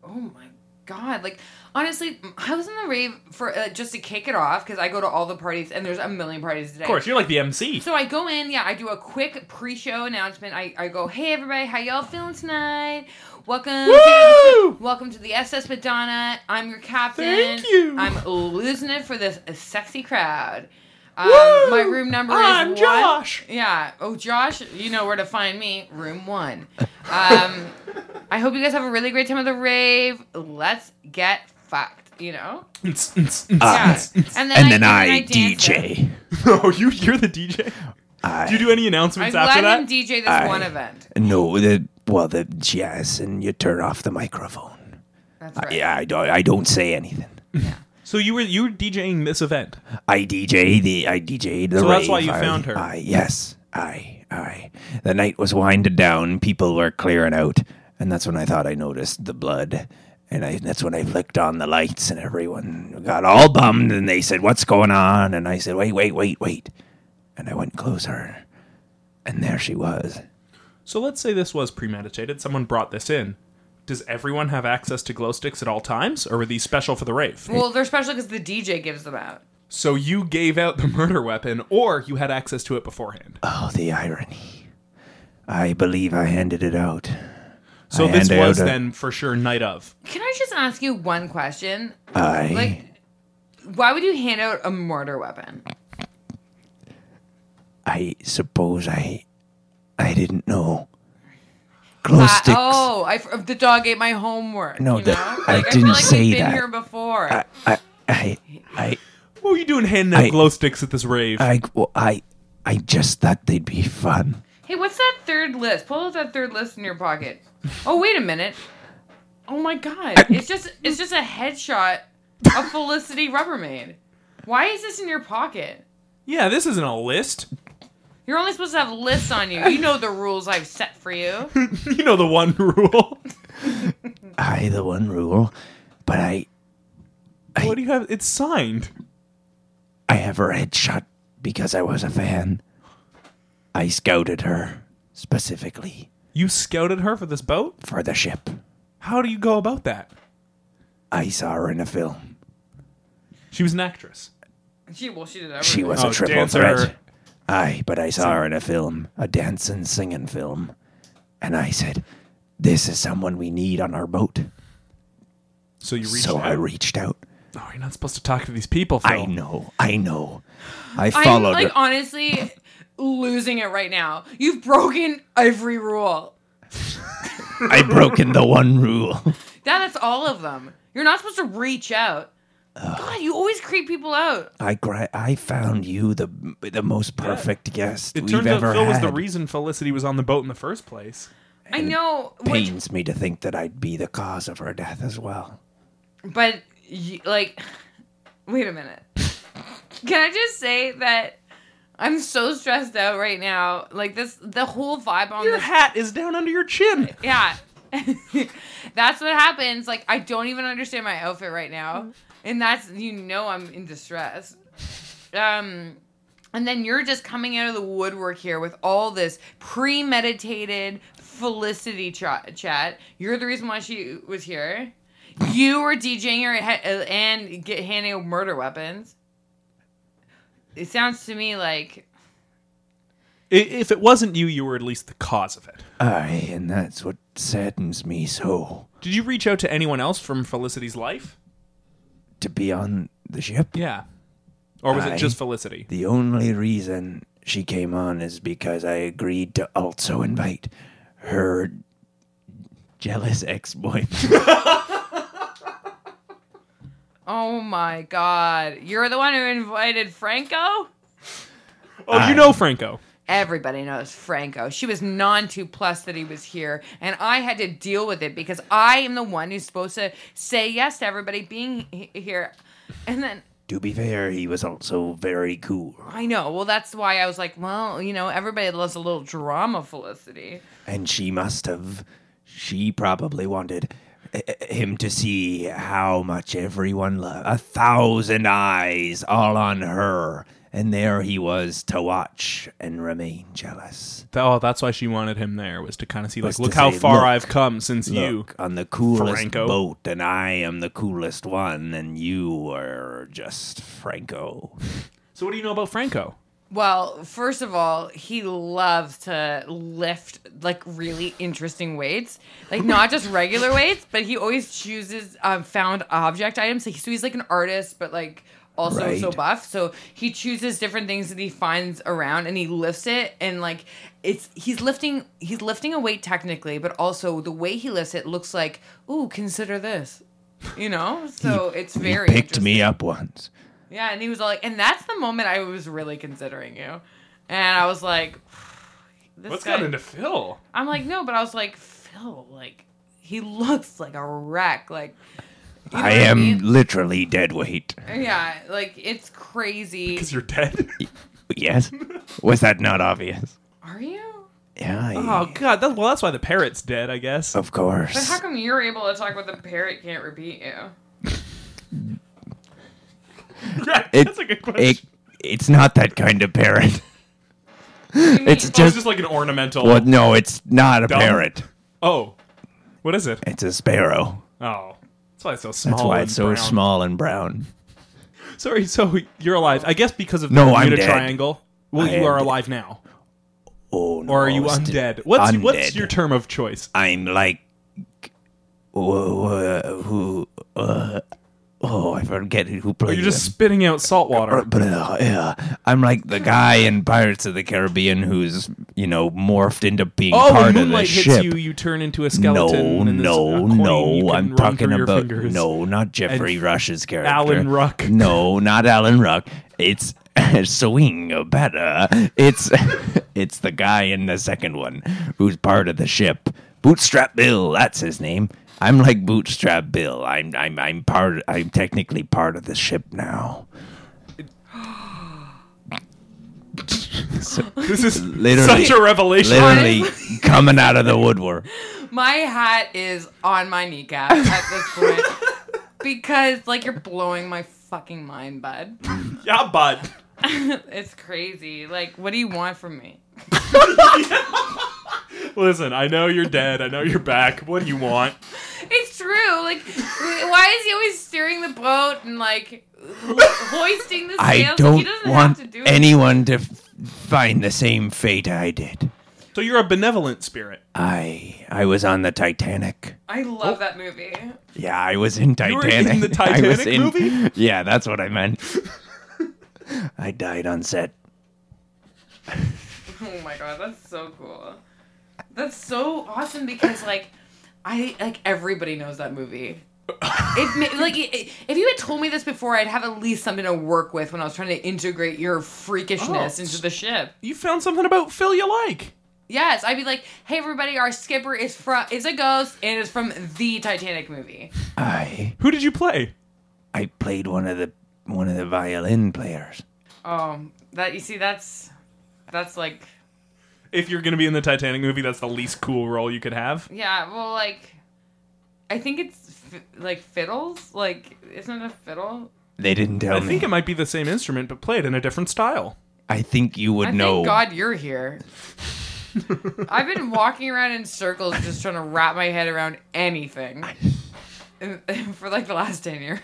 [SPEAKER 3] oh my god like Honestly, I was in the rave for uh, just to kick it off because I go to all the parties and there's a million parties today.
[SPEAKER 1] Of course, you're like the MC.
[SPEAKER 3] So I go in, yeah, I do a quick pre-show announcement. I, I go, hey everybody, how y'all feeling tonight? Welcome,
[SPEAKER 1] Woo!
[SPEAKER 3] To, welcome to the SS Madonna. I'm your captain.
[SPEAKER 1] Thank you.
[SPEAKER 3] I'm losing it for this sexy crowd. Um,
[SPEAKER 1] Woo!
[SPEAKER 3] my room number
[SPEAKER 1] I'm
[SPEAKER 3] is
[SPEAKER 1] Josh.
[SPEAKER 3] One. Yeah. Oh, Josh, you know where to find me. Room one. Um, I hope you guys have a really great time at the rave. Let's get fucked. You know. Yeah. And
[SPEAKER 2] and then I,
[SPEAKER 3] dance it.
[SPEAKER 2] DJ.
[SPEAKER 1] no, you you're the DJ.
[SPEAKER 2] I,
[SPEAKER 1] Do you do any
[SPEAKER 3] I'm
[SPEAKER 1] announcements after
[SPEAKER 3] glad
[SPEAKER 1] that?
[SPEAKER 3] I'm DJ this
[SPEAKER 2] I-
[SPEAKER 3] one event.
[SPEAKER 2] no, the well, the yes, and you turn off the microphone.
[SPEAKER 3] That's right.
[SPEAKER 2] Uh, Yeah, I don't. I don't say anything.
[SPEAKER 1] so you were you were DJing this event.
[SPEAKER 2] I DJ the I DJ the
[SPEAKER 1] So that's why
[SPEAKER 2] rave.
[SPEAKER 1] you
[SPEAKER 2] I-
[SPEAKER 1] found her.
[SPEAKER 2] I, yes, I I. The night was winded down. People were clearing out, and that's when I thought I noticed the blood. And I, that's when I flicked on the lights, and everyone got all bummed. And they said, "What's going on?" And I said, "Wait, wait, wait, wait." And I went closer, and there she was.
[SPEAKER 1] So let's say this was premeditated. Someone brought this in. Does everyone have access to glow sticks at all times, or were these special for the rave?
[SPEAKER 3] Well, they're special because the DJ gives them out.
[SPEAKER 1] So you gave out the murder weapon, or you had access to it beforehand.
[SPEAKER 2] Oh, the irony! I believe I handed it out.
[SPEAKER 1] So
[SPEAKER 2] I
[SPEAKER 1] this
[SPEAKER 2] handed
[SPEAKER 1] was
[SPEAKER 2] out a-
[SPEAKER 1] then for sure night of.
[SPEAKER 3] Can I just ask you one question?
[SPEAKER 2] I
[SPEAKER 3] Like, why would you hand out a murder weapon?
[SPEAKER 2] I suppose I I didn't know. Glow
[SPEAKER 3] Uh,
[SPEAKER 2] sticks.
[SPEAKER 3] oh, I, f- the dog ate my homework.
[SPEAKER 2] No,
[SPEAKER 3] you
[SPEAKER 2] the-
[SPEAKER 3] know?
[SPEAKER 2] I
[SPEAKER 3] Like,
[SPEAKER 2] didn't
[SPEAKER 3] I feel like
[SPEAKER 2] say
[SPEAKER 3] we've been
[SPEAKER 2] that.
[SPEAKER 3] here before.
[SPEAKER 2] I, I, I, I,
[SPEAKER 1] What were you doing handing out
[SPEAKER 2] I-
[SPEAKER 1] glow sticks at this rave?
[SPEAKER 2] I, well, I, I just thought they'd be fun.
[SPEAKER 3] hey, what's that third list? Pull out that third list in your pocket. Oh, wait a minute. Oh my God! It's just it's just a headshot of Felicity Rubbermaid. Why is this in your pocket?
[SPEAKER 1] yeah, this isn't a list.
[SPEAKER 3] You're only supposed to have lists on you. You know the rules I've set for you.
[SPEAKER 1] you know the one rule.
[SPEAKER 2] I, the one rule, but I,
[SPEAKER 1] what do you have? It's signed.
[SPEAKER 2] I have her headshot because I was a fan. I scouted her specifically
[SPEAKER 1] You scouted her for this boat?
[SPEAKER 2] for the ship.
[SPEAKER 1] How do you go about that?
[SPEAKER 2] I saw her in a film.
[SPEAKER 1] She was an actress.
[SPEAKER 3] She well, she did everything.
[SPEAKER 2] She was
[SPEAKER 1] Oh,
[SPEAKER 2] a triple
[SPEAKER 1] dancer.
[SPEAKER 2] threat. Aye, but I saw her in a film, a dancing, singing film, and I said, "This is someone we need on our boat."
[SPEAKER 1] So you reached
[SPEAKER 2] so
[SPEAKER 1] out.
[SPEAKER 2] I reached out.
[SPEAKER 1] oh, you're not supposed to talk to these people, Phil.
[SPEAKER 2] I know, I know. I
[SPEAKER 3] I'm
[SPEAKER 2] followed
[SPEAKER 3] like
[SPEAKER 2] her.
[SPEAKER 3] honestly losing it right now. You've broken every rule.
[SPEAKER 2] I
[SPEAKER 3] oh.
[SPEAKER 2] broken the one rule.
[SPEAKER 3] That- That's all of them. You're not supposed to reach out. God, you always creep people out.
[SPEAKER 2] I cry, I found you the the most perfect guest
[SPEAKER 1] It
[SPEAKER 2] we've
[SPEAKER 1] turns out
[SPEAKER 2] ever
[SPEAKER 1] Phil was
[SPEAKER 2] had.
[SPEAKER 1] the reason Felicity was on the boat in the first place.
[SPEAKER 3] I know, which,
[SPEAKER 2] Pains me to think that I'd be the cause of her death as well.
[SPEAKER 3] but y like, wait a minute. Can I just say that I'm so stressed out right now? Like this, the whole vibe on
[SPEAKER 1] Your
[SPEAKER 3] this
[SPEAKER 1] hat is down under your chin.
[SPEAKER 3] Yeah. that's what happens. Like I don't even understand my outfit right now. And that's you know I'm in distress. Um and then you're just coming out of the woodwork here with all this premeditated felicity tra- chat. You're the reason why she was here. You were DJing her he- uh, and get handing out murder weapons. It sounds to me like
[SPEAKER 1] I- If it wasn't you, you were at least the cause of it.
[SPEAKER 2] Aye, and that's what saddens me so.
[SPEAKER 1] Did you reach out to anyone else from Felicity's life?
[SPEAKER 2] To be on the ship,
[SPEAKER 1] Yeah. Or was
[SPEAKER 2] I-
[SPEAKER 1] it just Felicity?
[SPEAKER 2] the only reason she came on is because I agreed to also invite her jealous ex-boyfriend.
[SPEAKER 3] oh my god, you're the one who invited Franco?
[SPEAKER 1] Oh, you know Franco.
[SPEAKER 3] Everybody knows Franco. She was non two plus that he was here, and I had to deal with it because I am the one who's supposed to say yes to everybody being he- here. And then
[SPEAKER 2] To be fair, he was also very cool.
[SPEAKER 3] I know. Well, that's why I was like, well, you know, everybody loves a little drama, Felicity.
[SPEAKER 2] And she must have, she probably wanted uh, uh, him to see how much everyone loved. A thousand eyes all on her. and there he was to watch and remain jealous.
[SPEAKER 1] Th- Oh, that's why she wanted him there was to kind of see, like,
[SPEAKER 2] Was to
[SPEAKER 1] look how
[SPEAKER 2] say,
[SPEAKER 1] far
[SPEAKER 2] "Look,
[SPEAKER 1] I've come since you.
[SPEAKER 2] Look, on the coolest
[SPEAKER 1] Franco.
[SPEAKER 2] boat, and I am the coolest one, and you are just Franco.
[SPEAKER 1] So, what do you know about Franco?
[SPEAKER 3] Well, first of all, he loves to lift like really interesting weights, like not just regular weights, but he always chooses um, found object items. So, he- so he's like an artist, but like also
[SPEAKER 2] Right.
[SPEAKER 3] so buff. So he chooses different things that he finds around, and he lifts it, and like it's he's lifting he's lifting a weight technically, but also the way he lifts it looks like ooh, consider this, you know. So it's very
[SPEAKER 2] he picked
[SPEAKER 3] interesting.
[SPEAKER 2] me up once.
[SPEAKER 3] Yeah, and he was all like, and that's the moment I was really considering you. And I was like, this
[SPEAKER 1] What's
[SPEAKER 3] guy.
[SPEAKER 1] got into Phil?
[SPEAKER 3] I'm like, no, but I was like, Phil, like, he looks like a wreck. Like, you know
[SPEAKER 2] I
[SPEAKER 3] what
[SPEAKER 2] am
[SPEAKER 3] mean?
[SPEAKER 2] literally dead weight.
[SPEAKER 3] Yeah, like, it's crazy.
[SPEAKER 1] Because you're dead?
[SPEAKER 2] Yes, was that not obvious?
[SPEAKER 3] Are you?
[SPEAKER 2] Yeah. I-
[SPEAKER 1] Oh, God. That, well, that's why the parrot's dead, I guess.
[SPEAKER 2] Of
[SPEAKER 3] But
[SPEAKER 2] course.
[SPEAKER 3] how come you're able to talk with the parrot can't repeat you?
[SPEAKER 1] Right,
[SPEAKER 2] It-
[SPEAKER 1] that's a good question.
[SPEAKER 2] It, it's not that kind of parrot.
[SPEAKER 3] What do you
[SPEAKER 2] It's
[SPEAKER 3] mean?
[SPEAKER 1] Oh, it's
[SPEAKER 2] just-
[SPEAKER 1] just like an ornamental.
[SPEAKER 2] Well, no, it's not a
[SPEAKER 1] Dumb.
[SPEAKER 2] parrot.
[SPEAKER 1] Oh, what is it?
[SPEAKER 2] It's a sparrow.
[SPEAKER 1] Oh, that's why it's so small.
[SPEAKER 2] That's why
[SPEAKER 1] and
[SPEAKER 2] it's so
[SPEAKER 1] brown.
[SPEAKER 2] small and brown.
[SPEAKER 1] Sorry, so you're alive. I guess because of
[SPEAKER 2] No,
[SPEAKER 1] the
[SPEAKER 2] I'm
[SPEAKER 1] Bermuda
[SPEAKER 2] dead.
[SPEAKER 1] Triangle. Well,
[SPEAKER 2] I
[SPEAKER 1] you
[SPEAKER 2] am
[SPEAKER 1] are
[SPEAKER 2] dead.
[SPEAKER 1] alive now,
[SPEAKER 2] Oh no!
[SPEAKER 1] or are you
[SPEAKER 2] it's-
[SPEAKER 1] undead? What's what's
[SPEAKER 2] undead.
[SPEAKER 1] your term of choice?
[SPEAKER 2] I'm like, who? who uh, oh, I forget who played.
[SPEAKER 1] You're just
[SPEAKER 2] him.
[SPEAKER 1] spitting out salt water.
[SPEAKER 2] But, uh, yeah, I'm like the guy in Pirates of the Caribbean who's you know morphed into being
[SPEAKER 1] Oh,
[SPEAKER 2] part
[SPEAKER 1] when
[SPEAKER 2] of the
[SPEAKER 1] moonlight hits
[SPEAKER 2] ship.
[SPEAKER 1] you, you turn into a
[SPEAKER 2] no,
[SPEAKER 1] skeleton. and there's a
[SPEAKER 2] no,
[SPEAKER 1] coin you
[SPEAKER 2] no!
[SPEAKER 1] can
[SPEAKER 2] I'm
[SPEAKER 1] run
[SPEAKER 2] talking
[SPEAKER 1] through your
[SPEAKER 2] about
[SPEAKER 1] fingers.
[SPEAKER 2] no, not Jeffrey Rush's character,
[SPEAKER 1] Alan Ruck.
[SPEAKER 2] No, not Alan Ruck. It's swing better. It's it's the guy in the second one who's part of the ship. Bootstrap Bill, that's his name. I'm like Bootstrap Bill. I'm I'm I'm part. I'm technically part of the ship now.
[SPEAKER 1] This is
[SPEAKER 2] Literally-
[SPEAKER 1] such a revelation.
[SPEAKER 2] Literally coming out of the woodwork.
[SPEAKER 3] My hat is on my kneecap at this point because, like, you're blowing my fucking mind, bud.
[SPEAKER 1] Yeah, bud.
[SPEAKER 3] it's crazy. Like, what do you want from me?
[SPEAKER 1] Listen, I know you're dead. I know you're back. What do you want?
[SPEAKER 3] It's true. Like, why is he always steering the boat and like hoisting the sails?
[SPEAKER 2] I
[SPEAKER 3] he
[SPEAKER 2] don't
[SPEAKER 3] doesn't
[SPEAKER 2] want
[SPEAKER 3] have to do it.
[SPEAKER 2] anyone to f- find the same fate I did.
[SPEAKER 1] So you're a benevolent spirit.
[SPEAKER 2] I I was on the Titanic.
[SPEAKER 3] I love that movie.
[SPEAKER 2] Yeah, I was in
[SPEAKER 1] were
[SPEAKER 2] Titanic.
[SPEAKER 1] in the
[SPEAKER 2] I was
[SPEAKER 1] Titanic movie?
[SPEAKER 2] Yeah, that's what I meant. I died on set.
[SPEAKER 3] Oh my god, that's so cool. That's so awesome because like I like everybody knows that movie. It ma- like it, if you had told me this before, I'd have at least something to work with when I was trying to integrate your freakishness
[SPEAKER 1] Oh.
[SPEAKER 3] into the ship.
[SPEAKER 1] You found something about Phil you like.
[SPEAKER 3] Yes, I'd be like, "Hey, everybody, our skipper is from is a ghost and is from the Titanic movie."
[SPEAKER 2] I
[SPEAKER 1] Who did you play?
[SPEAKER 2] I played one of the one of the violin players.
[SPEAKER 3] Oh, that you see, that's that's like
[SPEAKER 1] if you're gonna be in the Titanic movie, that's the least cool role you could have.
[SPEAKER 3] yeah. Well, like I think it's fi- like fiddles. Like isn't it a fiddle?
[SPEAKER 2] They didn't tell
[SPEAKER 1] I
[SPEAKER 2] me.
[SPEAKER 1] think it might be the same instrument, but played in a different style.
[SPEAKER 2] I think you would
[SPEAKER 3] I
[SPEAKER 2] know.
[SPEAKER 3] thank God you're here. I've been walking around in circles just trying to wrap my head around anything in- for like the last ten years.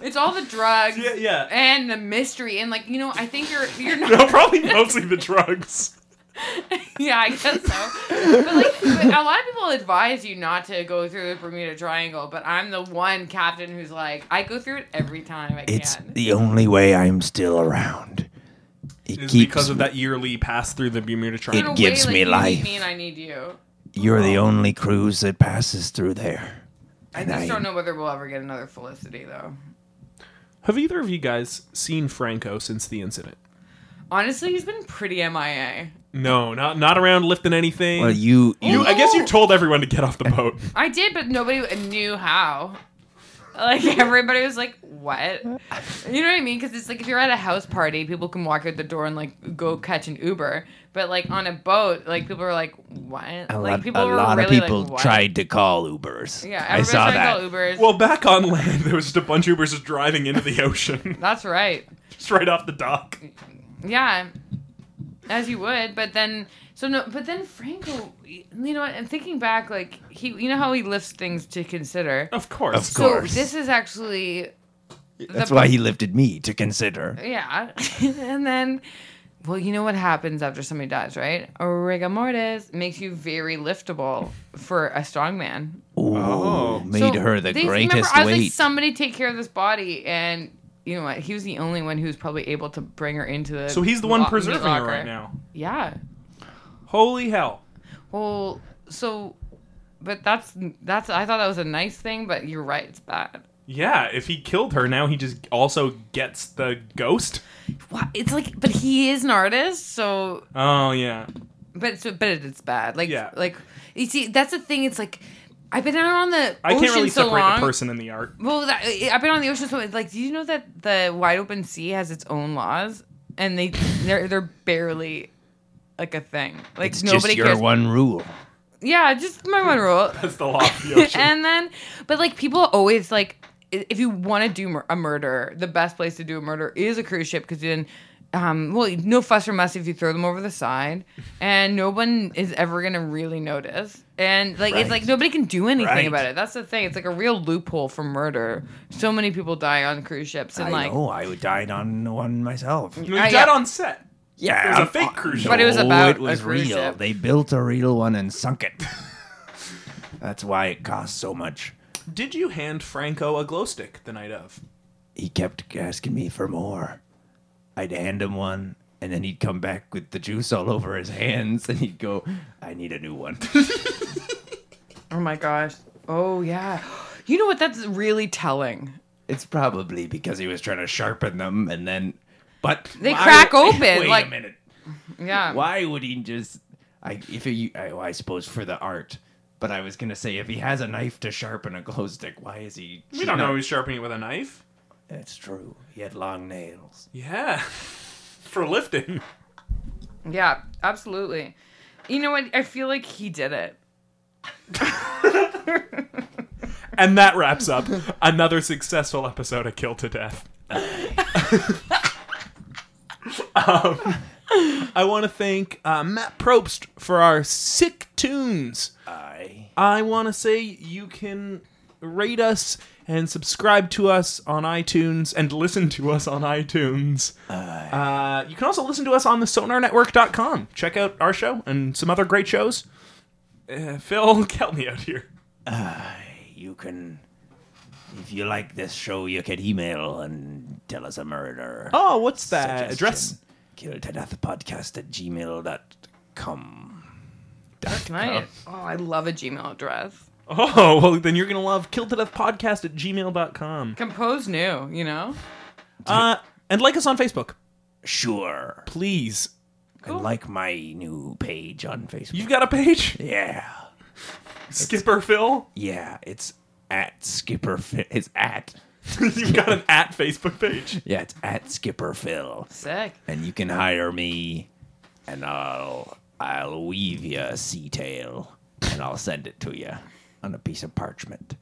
[SPEAKER 3] it's all the drugs.
[SPEAKER 1] yeah.
[SPEAKER 3] And the mystery, and like you know, I think you're you're not.
[SPEAKER 1] No, probably mostly the drugs.
[SPEAKER 3] Yeah, I guess so. But like, but a lot of people advise you not to go through the Bermuda Triangle, but I'm the one captain who's like, I go through it every time I
[SPEAKER 2] It's
[SPEAKER 3] can.
[SPEAKER 2] the only way I'm still around. It
[SPEAKER 1] Is
[SPEAKER 2] keeps
[SPEAKER 1] because of that yearly pass through the Bermuda
[SPEAKER 3] In a
[SPEAKER 1] Triangle.
[SPEAKER 2] It- gives me
[SPEAKER 3] you need
[SPEAKER 2] life.
[SPEAKER 3] me and I need you.
[SPEAKER 2] You're the only cruise that passes through there.
[SPEAKER 3] I
[SPEAKER 2] And
[SPEAKER 3] just
[SPEAKER 2] I-
[SPEAKER 3] don't know whether we'll ever get another Felicity though.
[SPEAKER 1] Have either of you guys seen Franco since the incident?
[SPEAKER 3] Honestly, he's been pretty MIA.
[SPEAKER 1] No, not not around lifting anything.
[SPEAKER 2] Well, you
[SPEAKER 1] You-
[SPEAKER 2] you
[SPEAKER 1] I guess you told everyone to get off the boat.
[SPEAKER 3] I did, but nobody knew how. Like everybody was like, "What?" You know what I mean? Because it's like if you're at a house party, people can walk out the door and like go catch an Uber. But like on a boat, like people were like, "What?"
[SPEAKER 2] A
[SPEAKER 3] like
[SPEAKER 2] lot, a lot of
[SPEAKER 3] like,
[SPEAKER 2] people
[SPEAKER 3] "What?"
[SPEAKER 2] tried to call Ubers.
[SPEAKER 3] Yeah,
[SPEAKER 2] I
[SPEAKER 3] everybody
[SPEAKER 2] saw
[SPEAKER 3] tried
[SPEAKER 2] that.
[SPEAKER 3] to call Ubers.
[SPEAKER 1] Well, back on land, there was just a bunch of Ubers just driving into the ocean,
[SPEAKER 3] That's right.
[SPEAKER 1] just right off the dock.
[SPEAKER 3] Yeah, as you would. But then, so no. But then Franco, you know what? And thinking back, like he, you know how he lists things to consider.
[SPEAKER 1] Of course.
[SPEAKER 2] Of course.
[SPEAKER 3] So this is actually
[SPEAKER 2] That's
[SPEAKER 3] the-
[SPEAKER 2] why he lifted me to consider.
[SPEAKER 3] Yeah. and then, well, you know what happens after somebody dies, right? A rigor mortis makes you very liftable for a strong man.
[SPEAKER 2] Ooh,
[SPEAKER 1] Oh.
[SPEAKER 2] made
[SPEAKER 3] So
[SPEAKER 2] her the
[SPEAKER 3] they-
[SPEAKER 2] greatest
[SPEAKER 3] remember, I was like,
[SPEAKER 2] weight.
[SPEAKER 3] somebody take care of this body. And you know what? He was the only one who was probably able to bring her into the.
[SPEAKER 1] So he's the one
[SPEAKER 3] lo- meat
[SPEAKER 1] preserving her
[SPEAKER 3] locker.
[SPEAKER 1] right now.
[SPEAKER 3] Yeah.
[SPEAKER 1] Holy hell.
[SPEAKER 3] Well, so. But that's that's I thought that was a nice thing, but you're right, it's bad.
[SPEAKER 1] Yeah, if he killed her, now he just also gets the ghost.
[SPEAKER 3] Why It's like, but he is an artist, so
[SPEAKER 1] Oh yeah.
[SPEAKER 3] But it's, but it's bad. Like
[SPEAKER 1] Yeah.
[SPEAKER 3] like you see that's the thing. It's like I've been out on the
[SPEAKER 1] I
[SPEAKER 3] ocean
[SPEAKER 1] can't really
[SPEAKER 3] so
[SPEAKER 1] separate
[SPEAKER 3] long.
[SPEAKER 1] the person and the art.
[SPEAKER 3] Well, that, I've been on the ocean so like. Do you know that the wide open sea has its own laws, and they they're they're barely like a thing. Like
[SPEAKER 2] it's
[SPEAKER 3] nobody
[SPEAKER 2] just your
[SPEAKER 3] cares.
[SPEAKER 2] one rule.
[SPEAKER 3] Yeah, just my one rule.
[SPEAKER 1] That's the law of the ocean.
[SPEAKER 3] and then, but like people always like, i- if you want to do mur- a murder, the best place to do a murder is a cruise ship because then, um, well, no fuss or muss if you throw them over the side, and no one is ever gonna really notice. And like it's
[SPEAKER 2] Right.
[SPEAKER 3] like nobody can do anything
[SPEAKER 2] Right.
[SPEAKER 3] about it. That's the thing. It's like a real loophole for murder. So many people die on cruise ships, and
[SPEAKER 2] I
[SPEAKER 3] like,
[SPEAKER 2] know. I died on one myself.
[SPEAKER 1] he
[SPEAKER 3] I-
[SPEAKER 1] died
[SPEAKER 3] yeah.
[SPEAKER 1] on set.
[SPEAKER 2] Yeah,
[SPEAKER 1] It was a fake cruise
[SPEAKER 3] But it was
[SPEAKER 2] No,
[SPEAKER 3] about
[SPEAKER 2] it was
[SPEAKER 3] a cruise
[SPEAKER 2] real.
[SPEAKER 3] ship.
[SPEAKER 2] They built a real one and sunk it. That's why it cost so much.
[SPEAKER 1] Did you hand Franco a glow stick the night of?
[SPEAKER 2] He kept asking me for more. I'd hand him one, and then he'd come back with the juice all over his hands, and he'd go, "I need a new one."
[SPEAKER 3] oh my gosh, oh yeah, you know what? That's really telling.
[SPEAKER 2] it's probably because he was trying to sharpen them, and then, but
[SPEAKER 3] They crack open,
[SPEAKER 2] Wait
[SPEAKER 3] like-
[SPEAKER 2] a minute.
[SPEAKER 3] Yeah.
[SPEAKER 2] Why would he just? I if he, I, I suppose for the art, but I was gonna say if he has a knife to sharpen a glow stick, why is he?
[SPEAKER 1] We don't
[SPEAKER 2] not-
[SPEAKER 1] know he's sharpening it with a knife.
[SPEAKER 2] That's true. He had long nails.
[SPEAKER 1] Yeah. For lifting.
[SPEAKER 3] Yeah, absolutely. You know what? I feel like he did it.
[SPEAKER 1] And that wraps up another successful episode of Kill to Death. um, I want to thank uh, Matt Probst for our sick tunes.
[SPEAKER 2] I
[SPEAKER 1] I want to say you can rate us and subscribe to us on iTunes and listen to us on iTunes. Uh, you can also listen to us on the sonarnetwork.com. Check out our show and some other great shows. Uh, Phil, help me out here.
[SPEAKER 2] you can. If you like this show, you can email and tell us a murder.
[SPEAKER 1] Oh, what's that
[SPEAKER 2] suggestion.
[SPEAKER 1] address?
[SPEAKER 2] Kill to death podcast at gmail.com.
[SPEAKER 3] That's nice. Oh, I love a Gmail address.
[SPEAKER 1] Oh, well, then you're going to love kill to death podcast at gmail.com.
[SPEAKER 3] Compose new, you know?
[SPEAKER 1] Uh, and like us on Facebook,
[SPEAKER 2] Sure.
[SPEAKER 1] please.
[SPEAKER 2] And like my new page on Facebook.
[SPEAKER 1] You've got a page?
[SPEAKER 2] yeah.
[SPEAKER 1] Skipper Phil?
[SPEAKER 2] Yeah. It's at Skipper Phil. It's at.
[SPEAKER 1] You've got an at Facebook page.
[SPEAKER 2] Yeah, it's at Skipper Phil.
[SPEAKER 3] Sick.
[SPEAKER 2] and you can hire me, and I'll I'll weave you a sea tail, and I'll send it to you on a piece of parchment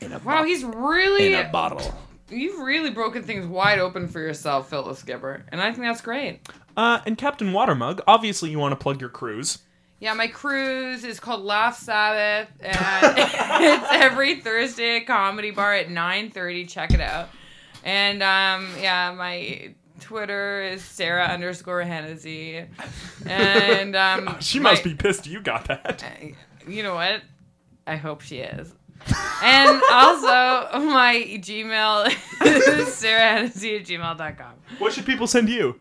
[SPEAKER 2] in a
[SPEAKER 3] Wow,
[SPEAKER 2] bo-
[SPEAKER 3] he's
[SPEAKER 2] in
[SPEAKER 3] really
[SPEAKER 2] a bottle.
[SPEAKER 3] you've really broken things wide open for yourself, Phil the Skipper. And I think that's great.
[SPEAKER 1] Uh, and Captain Watermug, obviously you want to plug your cruise.
[SPEAKER 3] Yeah, my cruise is called Laugh Sabbath and it's every Thursday at comedy bar at 9:30. Check it out. And um yeah, my Twitter is Sarah underscore Hennessy. And um
[SPEAKER 1] She
[SPEAKER 3] my-
[SPEAKER 1] must be pissed you got that.
[SPEAKER 3] you know what? I hope she is. and also, my Gmail is sarahhennessy at gmail.com.
[SPEAKER 1] What should people send you?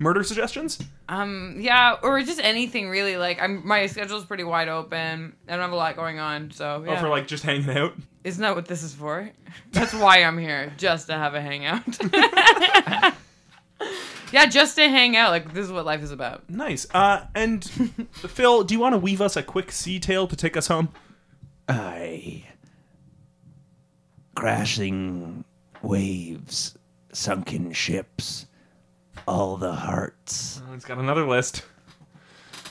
[SPEAKER 1] Murder suggestions?
[SPEAKER 3] Um, yeah, or just anything really. Like, I'm my schedule's pretty wide open. I don't have a lot going on, so
[SPEAKER 1] Oh,
[SPEAKER 3] yeah.
[SPEAKER 1] for like just hanging out?
[SPEAKER 3] Isn't that what this is for? That's why I'm here, just to have a hangout. yeah, just to hang out. Like, this is what life is about.
[SPEAKER 1] Nice. Uh, and Phil, do you want to weave us a quick sea tale to take us home?
[SPEAKER 2] I crashing waves, sunken ships, all the hearts
[SPEAKER 1] Oh, It's got another list.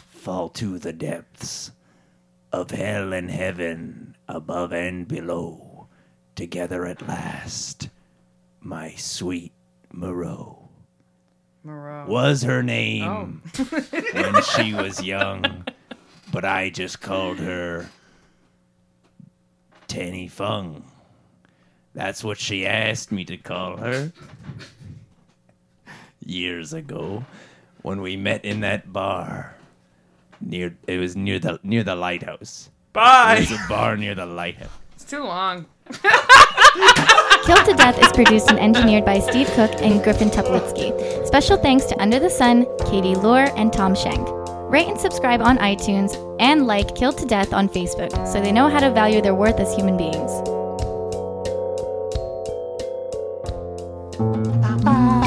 [SPEAKER 2] fall to the depths of hell and heaven, above and below, together at last, my sweet Moreau.
[SPEAKER 3] Moreau.
[SPEAKER 2] Was her name when she was young, but I just called her Tanny Fung. That's what she asked me to call her years ago when we met in that bar near it was near the near the lighthouse.
[SPEAKER 1] Bye.
[SPEAKER 2] There's a bar near the lighthouse.
[SPEAKER 3] It's too long.
[SPEAKER 4] Killed to Death is produced and engineered by Steve Cook and Griffin Tuplitsky. Special thanks to Under the Sun, Katie Lohr, and Tom Schenk. Rate and subscribe on iTunes and like Killed to Death on Facebook so they know how to value their worth as human beings.